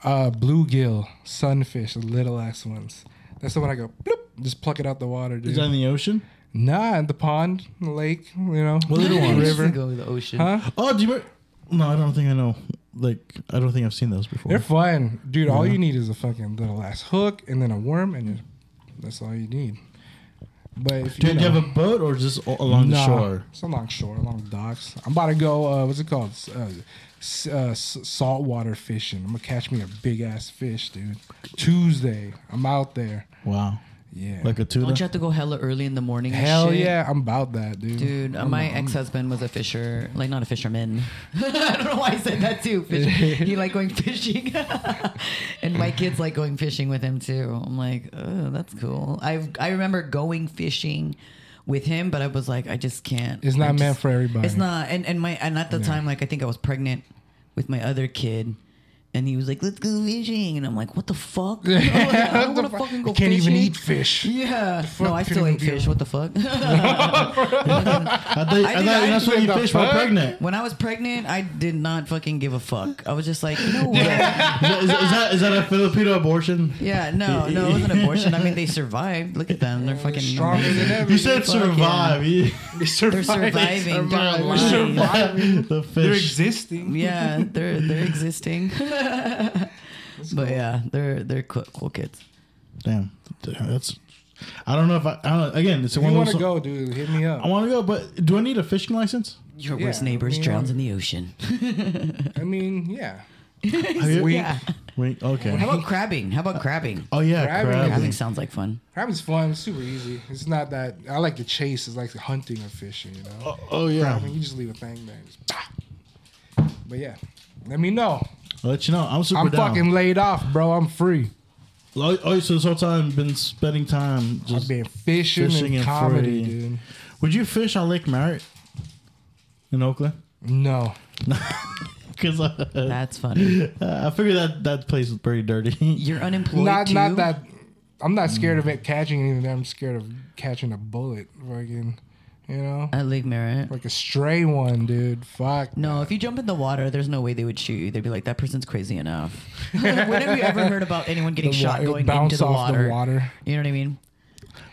Speaker 3: Uh, bluegill, sunfish, the little ass ones. That's the one I go bloop, just pluck it out the water, dude.
Speaker 1: Is that in the ocean?
Speaker 3: Nah, in the pond, the lake, you know,
Speaker 1: little ones?
Speaker 3: river.
Speaker 2: go to the ocean.
Speaker 3: Huh?
Speaker 1: Oh, do you? remember- No, I don't think I know. Like, I don't think I've seen those before.
Speaker 3: They're fun, dude. All you need is a fucking little ass hook and then a worm, and then that's all you need. But if
Speaker 1: do
Speaker 3: you,
Speaker 1: you,
Speaker 3: know,
Speaker 1: have a boat or just a- along the
Speaker 3: nah,
Speaker 1: shore?
Speaker 3: It's along shore, along docks. I'm about to go. Uh, what's it called? S- Uh, s- uh, s- saltwater fishing. I'm gonna catch me a big ass fish, dude. Tuesday, I'm out there.
Speaker 1: Wow,
Speaker 3: Yeah,
Speaker 1: like a tuna.
Speaker 2: Don't you have to go hella early in the morning? and
Speaker 3: hell
Speaker 2: shit?
Speaker 3: yeah, I'm about that, dude.
Speaker 2: Dude, uh, my ex-husband was a fisher, like not a fisherman. I don't know why I said that too. Fish, he like going fishing, and my kids like going fishing with him too. I'm like, oh, that's cool. I I remember going fishing with him, but I was like, I just can't.
Speaker 3: It's not
Speaker 2: I'm
Speaker 3: meant
Speaker 2: just-
Speaker 3: for everybody.
Speaker 2: It's not. And and my and at the time, like I think I was pregnant with my other kid. And he was like, "Let's go fishing," and I'm like, "What the fuck? I don't, want to fucking go
Speaker 3: Can't
Speaker 2: fishing."
Speaker 3: even eat fish.
Speaker 2: Yeah. No, I
Speaker 3: fuck
Speaker 2: still
Speaker 3: you
Speaker 2: ate fish.
Speaker 3: do?
Speaker 2: What the fuck?
Speaker 1: I thought, I
Speaker 2: I
Speaker 1: thought
Speaker 2: did- I
Speaker 1: that's
Speaker 2: did
Speaker 1: what you
Speaker 3: the
Speaker 1: fish while
Speaker 3: fuck?
Speaker 1: pregnant.
Speaker 2: When I was pregnant, I did not fucking give a fuck. I was just like, you know what? Yeah,
Speaker 1: Is that, is that- is that a Filipino abortion?
Speaker 2: no, no, it was an abortion. I mean, they survived. Look at them. They're fucking
Speaker 3: Stronger
Speaker 2: amazing.
Speaker 3: than ever.
Speaker 1: You said
Speaker 2: Fuck
Speaker 1: survive.
Speaker 2: They're surviving. They're alive.
Speaker 1: the
Speaker 3: They're
Speaker 1: fish.
Speaker 3: existing.
Speaker 2: Yeah, they're they're existing. but yeah, they're they're cool, cool kids.
Speaker 1: Damn, that's. I don't know if I. I don't, again, it's
Speaker 3: If
Speaker 1: one
Speaker 3: you
Speaker 1: of
Speaker 3: want
Speaker 1: those.
Speaker 3: to go, dude, hit me up.
Speaker 1: I want to go, but do I need a fishing license?
Speaker 2: Your
Speaker 3: Yeah,
Speaker 2: worst neighbors
Speaker 3: I mean,
Speaker 2: drowns in the ocean.
Speaker 3: I mean, yeah.
Speaker 1: Have you-
Speaker 2: yeah.
Speaker 1: Wait,
Speaker 2: How
Speaker 1: okay.
Speaker 2: about crabbing? How about crabbing?
Speaker 1: Oh yeah,
Speaker 3: Grabbing is-
Speaker 1: crab.
Speaker 2: Crabbing sounds like fun.
Speaker 3: Crabbing's fun, it's super easy. It's not that I like the chase. It's like the hunting of fishing, you know.
Speaker 1: Oh, oh, yeah.
Speaker 3: Crabbing, you just leave a thing there. Just, pop. But yeah, let me know.
Speaker 1: I'll let you know. I'm super
Speaker 3: I'm
Speaker 1: down.
Speaker 3: fucking laid off, bro. I'm free.
Speaker 1: Oh, oh, so this whole time been spending time
Speaker 3: I've
Speaker 1: just.
Speaker 3: been fishing,
Speaker 1: Fishing
Speaker 3: and,
Speaker 1: and
Speaker 3: comedy,
Speaker 1: free.
Speaker 3: dude.
Speaker 1: Would you fish on Lake Merritt in Oakland?
Speaker 3: No,
Speaker 1: Because uh,
Speaker 2: That's funny.
Speaker 1: I figured that that place was pretty dirty.
Speaker 2: You're unemployed
Speaker 3: not
Speaker 2: too.
Speaker 3: not that. I'm not scared
Speaker 2: Mm.
Speaker 3: of it catching anything. I'm scared of catching a bullet, fucking, you know,
Speaker 2: at Lake Merritt.
Speaker 3: like a stray one, dude. Fuck.
Speaker 2: No, if you jump in the water, there's no way they would shoot you. They'd be like, "That person's crazy enough." when have you ever heard about anyone getting
Speaker 3: The wa-
Speaker 2: shot
Speaker 3: it would
Speaker 2: going
Speaker 3: bounce
Speaker 2: into the
Speaker 3: off the
Speaker 2: water?
Speaker 3: water.
Speaker 2: You know what I mean?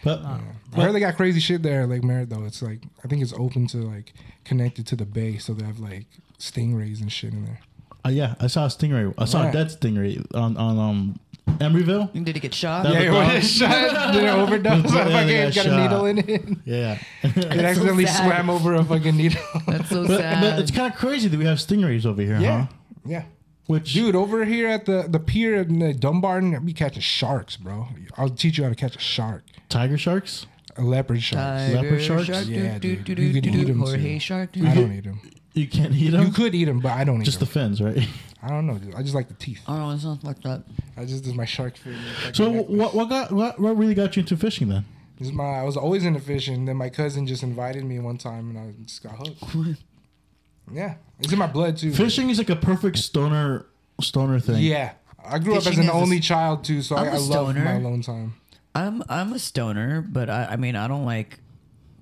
Speaker 1: But
Speaker 3: I heard they got crazy shit there, like Merritt though. It's like I think it's open to like connected to the bay, so they have like stingrays and shit in there.
Speaker 1: uh, yeah, I saw a stingray. I saw
Speaker 3: Yeah.
Speaker 1: a dead stingray on on um Emeryville.
Speaker 2: Did he get shot?
Speaker 1: That
Speaker 3: Yeah, it
Speaker 1: dog?
Speaker 3: was shot, did an overdose.
Speaker 1: Yeah,
Speaker 3: I
Speaker 1: they
Speaker 3: fucking
Speaker 1: got
Speaker 3: got a
Speaker 1: shot.
Speaker 3: needle in it. It
Speaker 1: Yeah.
Speaker 3: accidentally
Speaker 2: sad.
Speaker 3: swam over a fucking needle.
Speaker 2: That's Uh-huh. so
Speaker 1: But,
Speaker 2: sad.
Speaker 1: but it's kind of crazy that we have stingrays over here,
Speaker 3: yeah,
Speaker 1: huh?
Speaker 3: yeah.
Speaker 1: Which
Speaker 3: Dude, over here at the, the pier in the Dumbarton, we catching sharks, bro. I'll teach you how to catch a shark,
Speaker 1: tiger sharks?
Speaker 3: a leopard shark.
Speaker 2: Tiger
Speaker 1: leopard sharks?
Speaker 2: Shark,
Speaker 3: Yeah,
Speaker 2: do,
Speaker 3: dude.
Speaker 2: do,
Speaker 3: You
Speaker 2: do,
Speaker 3: could
Speaker 2: do,
Speaker 3: eat
Speaker 2: do,
Speaker 3: 'em,
Speaker 2: Jorge
Speaker 3: too.
Speaker 2: Shark. do.
Speaker 3: I don't eat them.
Speaker 1: You can't eat them.
Speaker 3: You could eat them, but I don't eat
Speaker 1: Just the
Speaker 3: them.
Speaker 1: fins, right?
Speaker 3: I don't know. Dude. I just like the teeth.
Speaker 2: Oh, it sounds like that.
Speaker 3: I just this is my shark food.
Speaker 1: So what what got what, what really got you into fishing then?
Speaker 3: This is my I was always into fishing. Then my cousin just invited me one time, and I just got hooked. Yeah, it's in my blood too.
Speaker 1: Fishing is like a perfect stoner stoner thing.
Speaker 3: Yeah, I grew up as
Speaker 2: Fishing
Speaker 3: an
Speaker 2: is a
Speaker 3: only
Speaker 2: s-
Speaker 3: child too, so I,
Speaker 2: I'm a
Speaker 3: I love
Speaker 2: stoner.
Speaker 3: my alone time.
Speaker 2: I'm I'm a stoner, but I, I mean I don't like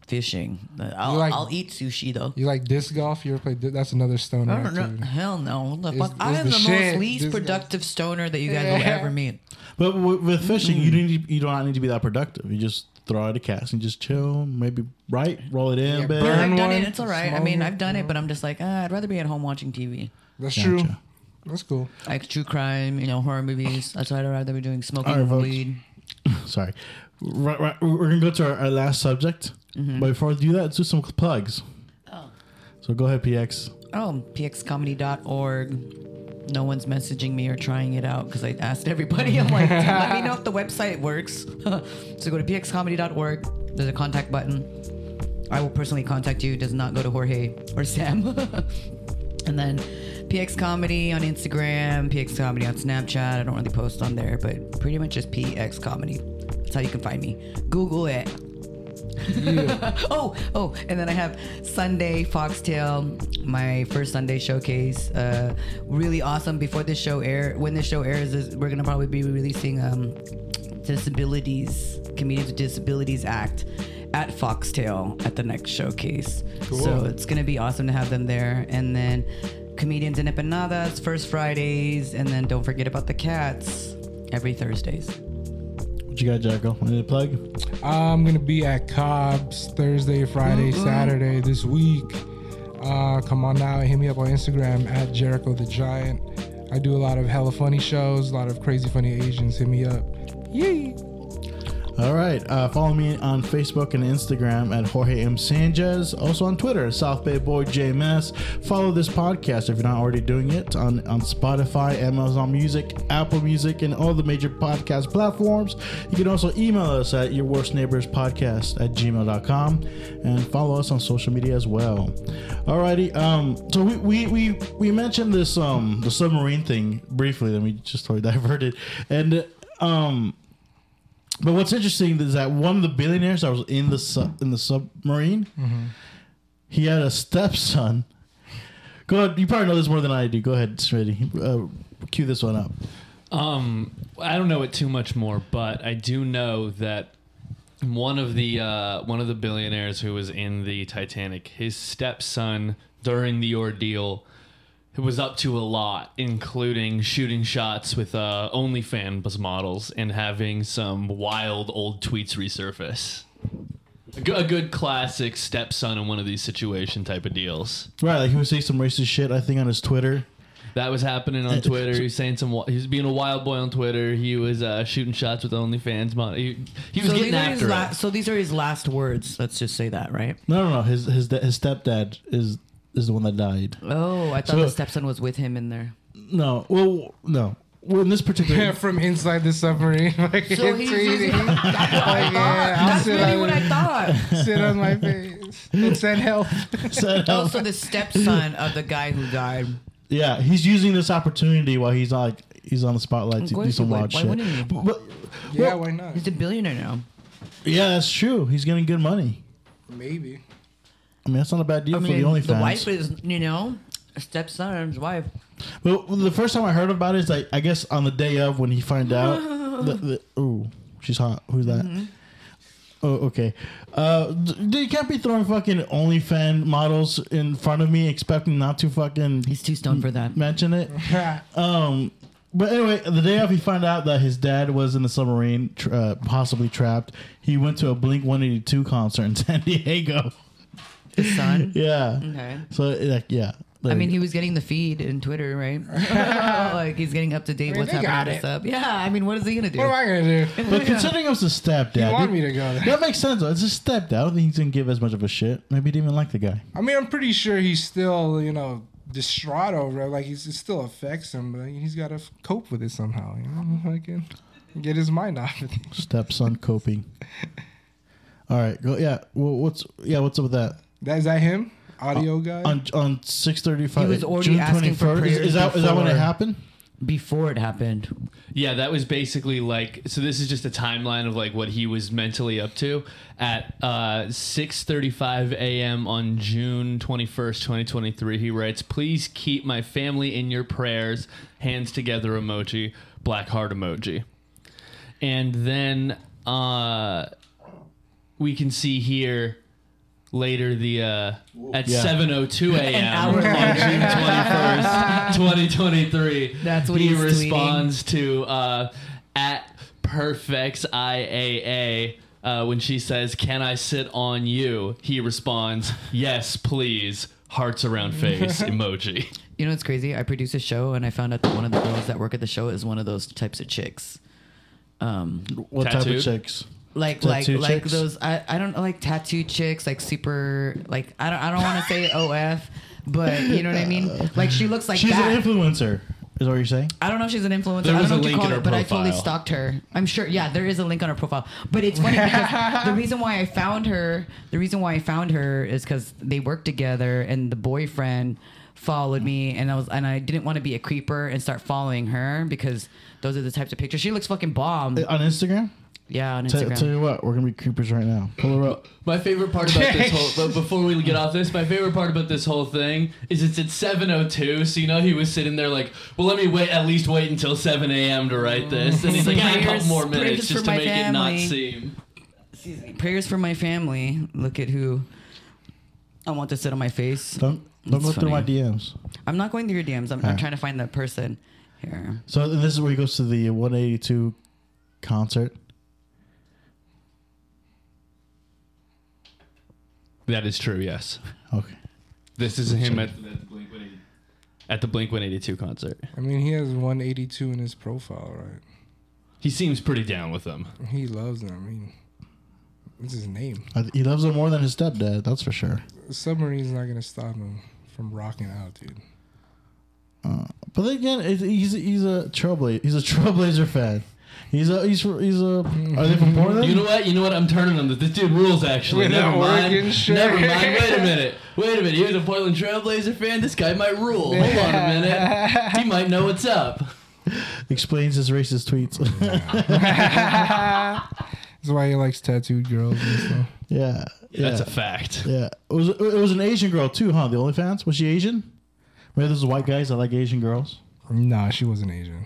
Speaker 2: fishing. Uh, I'll,
Speaker 3: You like-
Speaker 2: I'll eat sushi though.
Speaker 3: You like disc golf? You ever played? di- That's another stoner.
Speaker 2: I don't know.
Speaker 3: activity.
Speaker 2: Hell no. What the
Speaker 3: It's-
Speaker 2: fuck? I
Speaker 3: it's
Speaker 2: am
Speaker 3: the
Speaker 2: the,
Speaker 3: shit.
Speaker 2: most least
Speaker 3: This is-
Speaker 2: productive stoner that you guys will
Speaker 3: Yeah.
Speaker 2: ever meet.
Speaker 1: But w- with fishing, you need you do not need to be that productive. You just throw out a cast and just chill, maybe right, roll it in
Speaker 3: Yeah,
Speaker 1: a bit.
Speaker 2: I've
Speaker 3: burn
Speaker 2: done
Speaker 3: one,
Speaker 2: it. It's all right. I
Speaker 3: smoke
Speaker 2: mean,
Speaker 3: it,
Speaker 2: I've done it, but I'm just like, ah, I'd rather be at home watching TV.
Speaker 3: That's
Speaker 1: Gotcha.
Speaker 3: true. That's cool.
Speaker 2: Like true crime, you know, horror movies. That's what I'd rather be doing. Smoking
Speaker 1: All right, folks.
Speaker 2: weed.
Speaker 1: Sorry, right, right, we're gonna go to our, our last subject. But before we do that, let's do some plugs. So go ahead, PX.
Speaker 2: Oh, pxcomedy.org. No one's messaging me or trying it out because I asked everybody. I'm like, let me know if the website works. so go to pxcomedy.org. There's a contact button. I will personally contact you. It Does not go to Jorge or Sam. and then PX Comedy on Instagram, PX Comedy on Snapchat. I don't really post on there, but pretty much just PX Comedy. That's how you can find me. Google it. Oh, oh, and then I have Sunday Foxtail, my first Sunday showcase. Uh, really awesome. Before this show air, when this show airs, is we're gonna probably be releasing um, disabilities comedians with disabilities act at Foxtail at the next showcase. So it's gonna be awesome to have them there, and then comedians in empanadas first Fridays, and then don't forget about the cats every Thursdays.
Speaker 1: What you got, Jacko? Any plug?
Speaker 3: I'm gonna be at Cobb's Thursday, Friday, Saturday this week. Uh, come on now, hit me up on Instagram at Jericho the Giant. I do a lot of hella funny shows, a lot of crazy funny Asians. Hit me up. Yay!
Speaker 1: All right, uh, follow me on Facebook and Instagram at Jorge M Sanchez. Also on Twitter, South Bay Boy JMS. Follow this podcast if you're not already doing it on on Spotify, Amazon Music, Apple Music, and all the major podcast platforms. You can also email us at your worst neighbors podcast at gmail.com and follow us on social media as well. Alrighty, um, so we, we we we mentioned this um the submarine thing briefly, then we just totally diverted and. Um, but what's interesting is that one of the billionaires that was in the su- in the submarine,
Speaker 2: Mm-hmm.
Speaker 1: he had a stepson. Go ahead. You probably know this more than I do. Go ahead, Smitty. Uh, cue this one up.
Speaker 4: Um, I don't know it too much more, but I do know that one of the uh, one of the billionaires who was in the Titanic, his stepson during the ordeal was up to a lot, including shooting shots with uh, OnlyFans models and having some wild old tweets resurface. A go- a good classic stepson in one of these situation type of deals.
Speaker 1: Right, like he was saying some racist shit. I think on his Twitter.
Speaker 4: That was happening
Speaker 2: Uh,
Speaker 4: on Twitter. He was saying some. wi- He was being a wild boy on Twitter. He was uh, shooting shots with OnlyFans. Mon- he, he was
Speaker 2: So these,
Speaker 4: getting
Speaker 2: are his
Speaker 4: after
Speaker 2: la-
Speaker 4: it.
Speaker 2: so these are his last words. Let's just say that, right?
Speaker 1: No, no, no. His his da- his stepdad is is the one that died.
Speaker 2: Oh, I thought
Speaker 1: So-
Speaker 2: the stepson was with him in there.
Speaker 1: No, well, no. Well, in this particular,
Speaker 3: Yeah, from inside the submarine. Like,
Speaker 2: So he's
Speaker 3: tweeting.
Speaker 2: using-
Speaker 3: Like,
Speaker 1: Uh,
Speaker 3: yeah, I'll
Speaker 2: That's
Speaker 3: sit
Speaker 2: really
Speaker 3: on-
Speaker 2: what I thought.
Speaker 3: Sit on my face and send help.
Speaker 1: set up-
Speaker 2: Also, Oh, the stepson of the guy who died.
Speaker 1: Yeah, he's using this opportunity while he's like he's on the spotlight to
Speaker 2: Of
Speaker 1: do
Speaker 2: course
Speaker 1: some
Speaker 2: he would.
Speaker 1: wild
Speaker 2: Why
Speaker 1: shit.
Speaker 2: wouldn't he?
Speaker 1: But-
Speaker 3: Yeah, why not?
Speaker 2: He's a billionaire now.
Speaker 1: yeah, that's true. He's getting good money.
Speaker 3: Maybe.
Speaker 1: I mean, that's not a bad deal
Speaker 2: I
Speaker 1: Oh, for the
Speaker 2: mean,
Speaker 1: OnlyFans.
Speaker 2: the wife is, you know, stepson and his wife.
Speaker 1: Well, the first time I heard about it is like I guess on the day of when he find out. the, the, ooh, she's hot. Who's that?
Speaker 2: Mm-hmm.
Speaker 1: Oh, okay. Uh, d- dude, you can't be throwing fucking OnlyFans models in front of me, expecting not to fucking
Speaker 2: He's too stoned for that.
Speaker 1: mention it.
Speaker 3: Yeah.
Speaker 1: Um, But anyway, the day after he found out that his dad was in the submarine, tr uh, possibly trapped, he went to a Blink 182 concert in San Diego.
Speaker 2: His son.
Speaker 1: Yeah.
Speaker 2: Okay.
Speaker 1: So, like, yeah.
Speaker 2: Mm. I
Speaker 1: Like,
Speaker 2: mean, he was getting the feed in Twitter, right? like he's getting up to date.
Speaker 3: mean,
Speaker 2: what's
Speaker 3: they got
Speaker 2: happening?
Speaker 3: it.
Speaker 2: What's up? Yeah. I mean, what is he gonna do?
Speaker 3: What am I gonna do?
Speaker 1: But considering it was his stepdad,
Speaker 3: You want
Speaker 1: it-
Speaker 3: me to go there?
Speaker 1: that makes sense. Though. It's his stepdad. I don't think he's gonna give as much of a shit. Maybe he didn't even like the guy.
Speaker 3: I mean, I'm pretty sure he's still, you know, distraught over it. Like, he's, it still affects him, but he's got to cope with it somehow. You know, fucking get his mind off of it.
Speaker 1: Stepson coping. All right, go. Yeah, well, what's yeah? What's up with that?
Speaker 3: That, is that him?
Speaker 1: Uh,
Speaker 3: Audio guy?
Speaker 1: On on six thirty five.
Speaker 2: He was already asking for
Speaker 1: Is, is that is that when it
Speaker 2: prayers
Speaker 1: happened?
Speaker 2: Before it happened,
Speaker 4: Yeah, that was basically like so this is just a timeline of like what he was mentally up to at uh 6:35 a.m. on June 21st, 2023. He writes, "Please keep my family in your prayers." Hands together emoji, black heart emoji. And then uh we can see here later the uh at
Speaker 1: Yeah.
Speaker 4: 7:02
Speaker 2: An
Speaker 4: a.m.
Speaker 2: hour
Speaker 4: on June 21st, 2023.
Speaker 2: That's what
Speaker 4: he
Speaker 2: he's tweeting.
Speaker 4: responds responds to uh, at perfects IAA uh, when she says, "Can I sit on you?" He responds, "Yes, please." Hearts around face emoji.
Speaker 2: you know what's crazy? I produce a show, and I found out that one of the girls that work at the show is one of those types of chicks. Um,
Speaker 1: What type
Speaker 4: Tattooed?
Speaker 1: of chicks?
Speaker 2: like
Speaker 1: Tattoo
Speaker 2: like like
Speaker 1: chicks?
Speaker 2: those I, I don't know like tattoo chicks like super like I don't I don't want to say OF but you know what I mean like she looks like
Speaker 1: She's
Speaker 2: that.
Speaker 1: an influencer. Is what you're saying?
Speaker 2: I don't know if she's an influencer
Speaker 4: There
Speaker 2: I
Speaker 4: was
Speaker 2: don't know
Speaker 4: a
Speaker 2: what you
Speaker 4: link
Speaker 2: call
Speaker 4: in
Speaker 2: it
Speaker 4: her
Speaker 2: but I totally
Speaker 4: profile.
Speaker 2: stalked her I'm sure yeah there is a link on her profile but it's funny because the reason why I found her the reason why I found her is because they worked together and the boyfriend followed me and I was and I didn't want to be a creeper and start following her because those are the types of pictures she looks fucking bomb
Speaker 1: On Instagram?
Speaker 2: yeah on
Speaker 1: T-
Speaker 2: Instagram
Speaker 1: Tell you what, we're gonna be creepers right now. Pull her up.
Speaker 4: My favorite part about this whole, but before we get off this, my favorite part about this whole thing is it's at 7.02, so you know he was sitting there like, well, let me wait, at least wait until 7 a.m. to write this. And he's like, "Ah, a couple more
Speaker 2: Prayers- prayers
Speaker 4: minutes
Speaker 2: for
Speaker 4: just to
Speaker 2: my
Speaker 4: make it not
Speaker 2: family."
Speaker 4: seem.
Speaker 2: Prayers for my family. Look at who I want to sit on my face.
Speaker 1: Don't don't
Speaker 2: It's
Speaker 1: go through my
Speaker 2: funny.
Speaker 1: DMs.
Speaker 2: I'm not going through your DMs. I'm, I'm trying to find that person here.
Speaker 1: So this is where he goes to the 182 concert.
Speaker 4: That is true, yes.
Speaker 1: Okay.
Speaker 4: This is him at, at the Blink 182 at the Blink 182 concert.
Speaker 3: I mean, he has 182 in his profile, right?
Speaker 4: He seems pretty down with them.
Speaker 3: He loves them. I mean, it's his name.
Speaker 1: I- He loves her more than his stepdad. That's for sure.
Speaker 3: The submarine's not gonna stop him from rocking out, dude.
Speaker 1: But then again, it- he's he's a trailblazer. He's a trailblazer fan. He's a he's fr- he's a. Are they from Portland?
Speaker 4: Mm-hmm. You know what? You know what? I'm turning on this. This dude rules, actually.
Speaker 3: With
Speaker 4: Never
Speaker 3: that
Speaker 4: mind.
Speaker 3: Oregon shirt.
Speaker 4: Never mind. Wait a minute. Wait a minute. He was a Portland Trailblazer fan. This guy might rule. Hold on a minute. He might know what's up.
Speaker 1: Explains his racist tweets.
Speaker 3: That's why he likes tattooed girls and stuff.
Speaker 1: yeah, yeah,
Speaker 4: That's a fact.
Speaker 1: yeah. It was it was an Asian girl too, huh? The OnlyFans was she Asian? Maybe those white guys that like Asian girls.
Speaker 3: Nah, she wasn't Asian.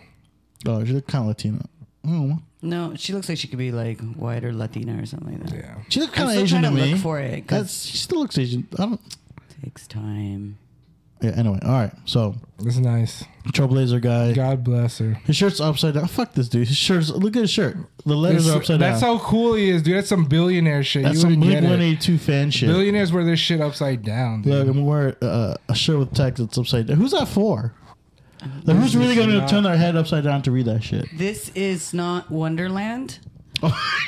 Speaker 1: Oh, she looked kind of Latina. Oh,
Speaker 2: No, she looks like she could be like white or Latina or something like that.
Speaker 3: Yeah.
Speaker 1: she looked
Speaker 2: I'm
Speaker 1: kind of
Speaker 2: still
Speaker 1: Asian to
Speaker 2: trying to
Speaker 1: me.
Speaker 2: look for it, 'cause-
Speaker 1: That's she still looks Asian. I don't.
Speaker 2: Takes time.
Speaker 1: Yeah. Anyway, all right. So
Speaker 3: That's nice.
Speaker 1: trailblazer guy.
Speaker 3: God bless her.
Speaker 1: His shirt's upside down. Fuck this dude. His shirt's look at his shirt. The letters
Speaker 3: That's-
Speaker 1: are upside
Speaker 3: that's
Speaker 1: down.
Speaker 3: how cool he is, dude. That's some billionaire shit.
Speaker 1: that's
Speaker 3: you
Speaker 1: some
Speaker 3: wouldn't
Speaker 1: Blink
Speaker 3: get
Speaker 1: One
Speaker 3: it.
Speaker 1: Eighty Two fan shit.
Speaker 3: Billionaires wear their shit upside down, dude.
Speaker 1: Look, I'm wearing uh, a shirt with text that's upside down. Who's that for? Like, who's really going to
Speaker 3: not-
Speaker 1: turn their head upside down to read that shit?
Speaker 2: This is not Wonderland.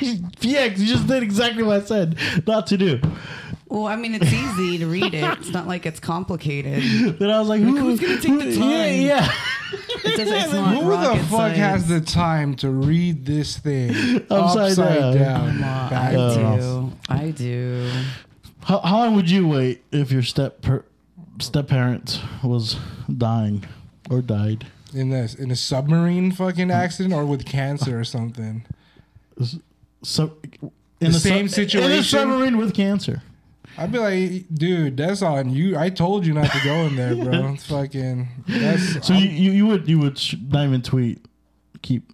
Speaker 1: yeah, 'cause you just did exactly what I said not to do.
Speaker 2: Well, I mean, it's easy to read it. It's not like it's complicated. It
Speaker 1: Then I was like, who,
Speaker 2: who's gonna take the
Speaker 1: who-
Speaker 2: time?
Speaker 1: Yeah,
Speaker 2: says it's not
Speaker 3: Who the
Speaker 2: rocket
Speaker 3: fuck
Speaker 2: science.
Speaker 3: has the time to read this thing
Speaker 1: Upside
Speaker 3: upside,
Speaker 1: down.
Speaker 3: down?
Speaker 2: Well, I
Speaker 3: Backwards.
Speaker 2: do. I do.
Speaker 1: How, how long would you wait if your step per, step parent was dying or died?
Speaker 3: in this in a submarine fucking accident or with cancer or something.
Speaker 1: So, in
Speaker 3: The
Speaker 1: a
Speaker 3: same
Speaker 1: in a
Speaker 3: situation?
Speaker 1: submarine with cancer.
Speaker 3: I'd be like, dude, that's on you. I told you not to go in there, bro. It's fucking. That's,
Speaker 1: So you, you, you would you would sh- not even tweet. Keep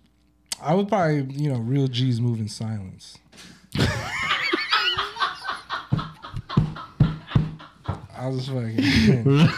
Speaker 3: I would probably, you know, real G's move in silence. I was fucking.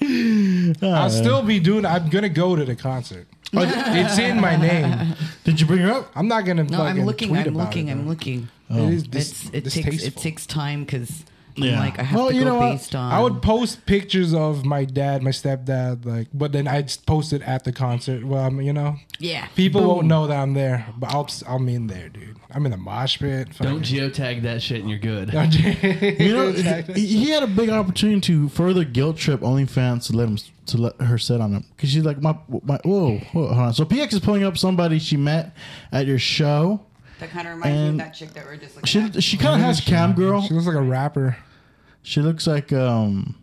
Speaker 3: you know, I'll still be doing. I'm gonna go to the concert. it's in my name.
Speaker 1: Did you bring her up?
Speaker 3: I'm not gonna.
Speaker 2: No,
Speaker 3: fucking
Speaker 2: I'm looking.
Speaker 3: Tweet
Speaker 2: I'm
Speaker 3: about
Speaker 2: looking.
Speaker 3: It,
Speaker 2: I'm looking.
Speaker 3: It is
Speaker 2: It's,
Speaker 3: dis-
Speaker 2: it takes it
Speaker 3: distasteful.
Speaker 2: takes time because
Speaker 1: Yeah.
Speaker 2: I'm like I have to go based on.
Speaker 3: I would post pictures of my dad, my stepdad, like, but then I'd s- post it at the concert. Well, I'm, you know,
Speaker 2: yeah.
Speaker 3: people
Speaker 2: Boom.
Speaker 3: won't know that I'm there, but I'll, s- I'm in there, dude. I'm in the mosh pit. fucking-
Speaker 4: Don't geotag that shit and you're good.
Speaker 3: Don't you?
Speaker 1: You know,
Speaker 3: Exactly.
Speaker 1: he he had a big opportunity to further guilt trip OnlyFans to let him to let her sit on him because she's like my my whoa, whoa hold on. So PX is pulling up somebody she met at your show.
Speaker 2: That kind of reminds me
Speaker 1: And-
Speaker 2: of that chick that we're just looking
Speaker 1: She
Speaker 2: at.
Speaker 1: she kind of has cam girl.
Speaker 3: She looks like a rapper.
Speaker 1: She looks like um,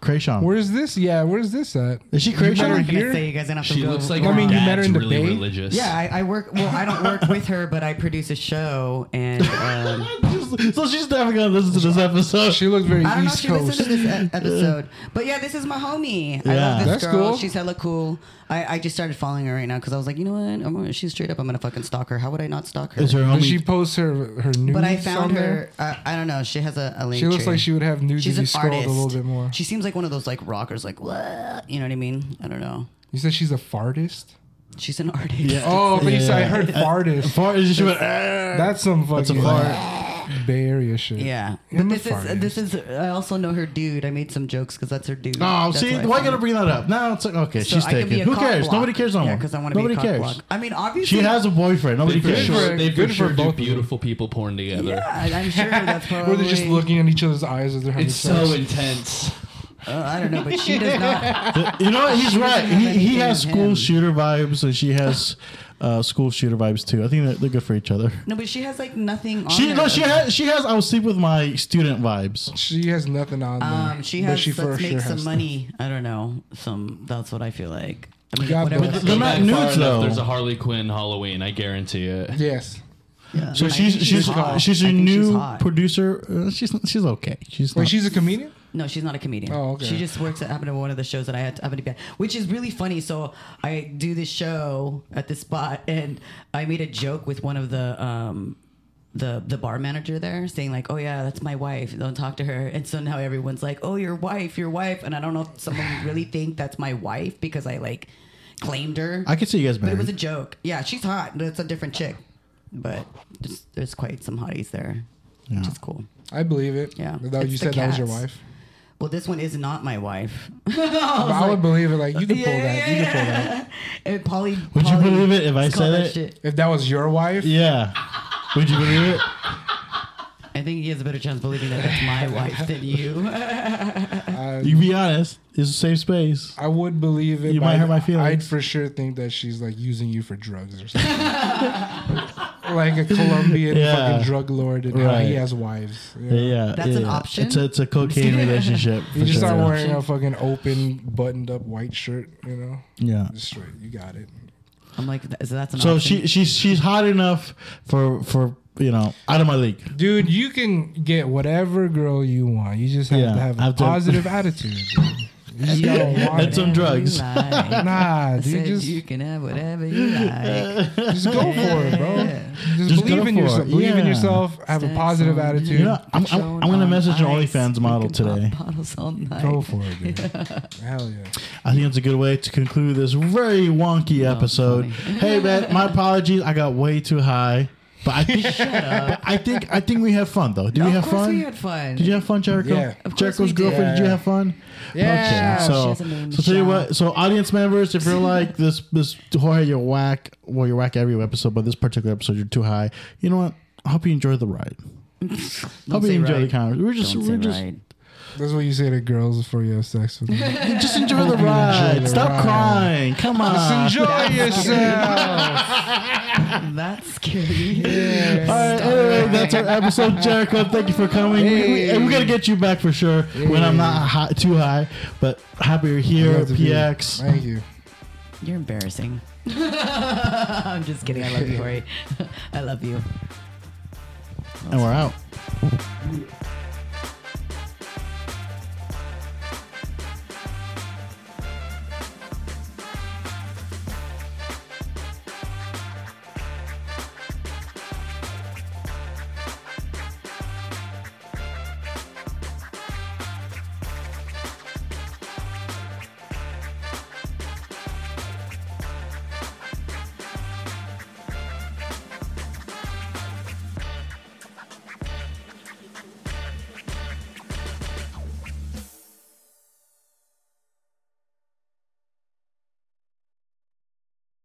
Speaker 1: Krayshawn.
Speaker 3: Where's this? Yeah, where's this at?
Speaker 1: Is she
Speaker 2: I'm
Speaker 3: Over
Speaker 1: Krayshawn?
Speaker 2: not gonna
Speaker 3: here?
Speaker 2: say you guys. I have to
Speaker 4: She
Speaker 2: go
Speaker 4: looks like
Speaker 3: I
Speaker 4: her
Speaker 3: mean, you
Speaker 4: dad's
Speaker 3: met her in the
Speaker 4: really
Speaker 3: Bay?
Speaker 4: religious.
Speaker 2: Yeah, I, I work. Well, I don't work with her, but I produce a show, and um,
Speaker 1: so she's definitely gonna listen to this episode.
Speaker 3: She looks very
Speaker 2: I don't know if
Speaker 3: East
Speaker 2: she
Speaker 3: Coast.
Speaker 2: listened to this e- episode. But yeah, this is my homie. I
Speaker 1: Yeah.
Speaker 2: love this
Speaker 3: That's
Speaker 2: girl.
Speaker 3: cool.
Speaker 2: She's hella cool. I, I just started following her right now because I was like, you know what? I'm, gonna- she's straight up. I'm gonna fucking stalk her. How would I not stalk her?
Speaker 1: is her
Speaker 3: Does
Speaker 1: homie?
Speaker 3: she posts her her nudes?
Speaker 2: but I
Speaker 3: on
Speaker 2: found
Speaker 3: There?
Speaker 2: her. I, I don't know. She has a, a link
Speaker 3: She looks
Speaker 2: tree.
Speaker 3: like she would have nudes
Speaker 2: She's
Speaker 3: if
Speaker 2: an
Speaker 3: you scrolled
Speaker 2: artist.
Speaker 3: a little bit more.
Speaker 2: She seems like one of those like rockers, like what? You know what I mean? I don't know.
Speaker 3: You said she's a fartist.
Speaker 2: She's an artist.
Speaker 3: Oh, but you said I
Speaker 1: Yeah.
Speaker 3: heard fartist.
Speaker 1: far she went, "Ah."
Speaker 3: That's some fucking
Speaker 1: a
Speaker 3: Bay Area shit.
Speaker 2: Yeah, but
Speaker 3: I'm a
Speaker 2: this is
Speaker 3: fartist.
Speaker 2: this is. I also know her dude. I made some jokes because that's her dude.
Speaker 1: Oh,
Speaker 2: That's
Speaker 1: see,
Speaker 2: I
Speaker 1: why
Speaker 2: found
Speaker 1: you gotta
Speaker 2: it.
Speaker 1: bring that up? No, it's like, okay,
Speaker 2: So
Speaker 1: she's
Speaker 2: I could be
Speaker 1: taken.
Speaker 2: a
Speaker 1: Who
Speaker 2: cock
Speaker 1: cares?
Speaker 2: block.
Speaker 1: Nobody cares no
Speaker 2: Yeah,
Speaker 1: more.
Speaker 2: because I want to
Speaker 1: Nobody
Speaker 2: be a cock
Speaker 1: cares.
Speaker 2: block. I mean, obviously
Speaker 1: She has a boyfriend. Nobody
Speaker 4: They for
Speaker 1: cares.
Speaker 4: sure, they for
Speaker 3: Good for
Speaker 4: sure
Speaker 3: both
Speaker 4: do
Speaker 3: of them.
Speaker 4: beautiful people porn together.
Speaker 2: Yeah, I'm sure that's probably.
Speaker 3: Or they're just looking at each other's eyes as they're having
Speaker 4: It's
Speaker 3: sex.
Speaker 4: so intense.
Speaker 2: Uh, I don't know, but she does not.
Speaker 1: You know what? He's right.
Speaker 2: doesn't have
Speaker 1: He, he
Speaker 2: anything
Speaker 1: has
Speaker 2: in
Speaker 1: school
Speaker 2: him.
Speaker 1: shooter vibes, and she has uh, school shooter vibes too. I think they're, they're good for each other.
Speaker 2: No, but she has like nothing on
Speaker 1: She
Speaker 2: her.
Speaker 1: no, she has she has. I'll sleep with my student vibes.
Speaker 3: she has nothing on there.
Speaker 2: Um, she
Speaker 3: but
Speaker 2: has.
Speaker 3: she for
Speaker 2: let's make
Speaker 3: sure
Speaker 2: some
Speaker 3: has
Speaker 2: money. I don't know. Some. That's what I feel like. I mean,
Speaker 3: God
Speaker 2: whatever.
Speaker 3: bless.
Speaker 2: that-
Speaker 1: They're not
Speaker 4: Back far
Speaker 1: nudes
Speaker 4: enough,
Speaker 1: though.
Speaker 4: There's a Harley Quinn Halloween. I guarantee it.
Speaker 3: stuff. Yes.
Speaker 1: so she's
Speaker 2: think
Speaker 1: she's uh,
Speaker 2: she's hot.
Speaker 1: she's
Speaker 2: I
Speaker 1: a
Speaker 2: think she's
Speaker 1: new
Speaker 2: hot.
Speaker 1: producer. Uh, she's she's okay. She's
Speaker 3: Wait,
Speaker 1: not-
Speaker 3: she's a comedian?
Speaker 2: No, she's not a comedian.
Speaker 3: Oh, okay.
Speaker 2: She just works at happened to one of the shows that I had to happen to be at, which is really funny. So I do this show at this spot, and I made a joke with one of the um, the the bar manager there, saying like, "Oh yeah, that's my wife. Don't talk to her." And so now everyone's like, "Oh, your wife, your wife," and I don't know if someone really think that's my wife because I like claimed her.
Speaker 1: I could see you guys
Speaker 2: but it was a
Speaker 1: married.
Speaker 2: joke. Yeah, she's hot. That's a different chick, but just, there's quite some hotties there, which is cool.
Speaker 3: I believe it.
Speaker 2: Yeah.
Speaker 3: Though
Speaker 2: It's
Speaker 3: you
Speaker 2: the
Speaker 3: said that was your
Speaker 2: cats.
Speaker 3: wife.
Speaker 2: Well, this one is not my wife.
Speaker 3: But I would believe it. Like, you can pull
Speaker 2: Yeah,
Speaker 3: that. You
Speaker 2: yeah,
Speaker 3: can pull that.
Speaker 2: And Polly,
Speaker 1: Would you
Speaker 2: Polly-
Speaker 1: believe it if I
Speaker 2: it's called
Speaker 1: said
Speaker 2: that
Speaker 1: it?
Speaker 2: shit.
Speaker 3: If that was your wife,
Speaker 1: Yeah. Would you believe it?
Speaker 2: I think he has a better chance believing that that's my wife than you.
Speaker 1: You can be honest. It's a safe space.
Speaker 3: I would believe it.
Speaker 1: You
Speaker 3: but
Speaker 1: might hurt my
Speaker 3: I'd-
Speaker 1: feelings.
Speaker 3: I'd for sure think that she's like using you for drugs or something. like a Colombian
Speaker 1: Yeah.
Speaker 3: fucking drug lord and how
Speaker 1: Right.
Speaker 3: he has wives. you know?
Speaker 1: Yeah, yeah,
Speaker 2: That's
Speaker 1: yeah,
Speaker 2: an
Speaker 1: yeah.
Speaker 2: option?
Speaker 1: It's a, it's a cocaine relationship. for
Speaker 3: You just
Speaker 1: sure.
Speaker 3: aren't wearing a fucking open, buttoned up white shirt, you know?
Speaker 1: Yeah.
Speaker 3: Just straight. You got it.
Speaker 2: I'm like, th- so that's an
Speaker 1: So
Speaker 2: option.
Speaker 1: she she's she's hot enough for for you know out of my league.
Speaker 3: Dude, you can get whatever girl you want. You just have
Speaker 1: Yeah,
Speaker 3: to have a
Speaker 1: I've done-
Speaker 3: positive attitude. Dude. You just gotta want
Speaker 1: And
Speaker 3: it.
Speaker 1: some drugs.
Speaker 2: You like.
Speaker 3: Nah,
Speaker 2: I
Speaker 3: dude,
Speaker 2: said
Speaker 3: just
Speaker 2: you can have whatever you like.
Speaker 3: just go for it, bro. Just,
Speaker 1: Just go
Speaker 3: believe in
Speaker 1: for
Speaker 3: yourself.
Speaker 1: it.
Speaker 3: Believe in
Speaker 1: Yeah.
Speaker 3: yourself. Have a
Speaker 2: Sex
Speaker 3: positive
Speaker 2: on-
Speaker 3: attitude.
Speaker 1: You know, I'm, I'm, I'm gonna message an OnlyFans model today.
Speaker 3: go for it, dude. Hell yeah.
Speaker 1: I think it's a good way to conclude this very wonky episode. hey, man, my apologies. I got way too high, but I think but I think I think we have fun though. Did we have
Speaker 2: Of course
Speaker 1: fun?
Speaker 2: we had fun.
Speaker 1: Did you have fun, Jericho?
Speaker 3: Yeah.
Speaker 2: Of course
Speaker 1: Jericho's
Speaker 2: we did.
Speaker 1: girlfriend. Did you
Speaker 3: Yeah.
Speaker 1: have fun?
Speaker 3: Yeah.
Speaker 1: Okay.
Speaker 2: She
Speaker 1: So,
Speaker 2: has a name,
Speaker 1: so tell you
Speaker 2: Michelle.
Speaker 1: what. So, audience members, if you're like this, this Jorge, you're whack. Well, you're whack every episode, but this particular episode, you're too high. You know what? I hope you enjoy the ride.
Speaker 2: Don't
Speaker 1: hope
Speaker 2: say
Speaker 1: you enjoy the
Speaker 2: right.
Speaker 1: conversation. We're just,
Speaker 2: Don't
Speaker 1: we're
Speaker 2: say
Speaker 1: just,
Speaker 2: right.
Speaker 3: That's what you say to girls before you have sex with them.
Speaker 1: just enjoy the ride.
Speaker 3: the
Speaker 1: Stop
Speaker 3: ride.
Speaker 1: crying. Come on.
Speaker 3: Enjoy yourself.
Speaker 2: That's scary.
Speaker 1: All right, anyway, that's our episode, Jericho. Thank you for coming. We- We,
Speaker 3: Hey.
Speaker 1: are gonna get you back for sure when I'm not high, too high. But happy you're here,
Speaker 3: Love to be-
Speaker 1: PX.
Speaker 3: Thank you.
Speaker 2: You're embarrassing. I'm just kidding. I love you, Hori. I love you.
Speaker 1: and we're out.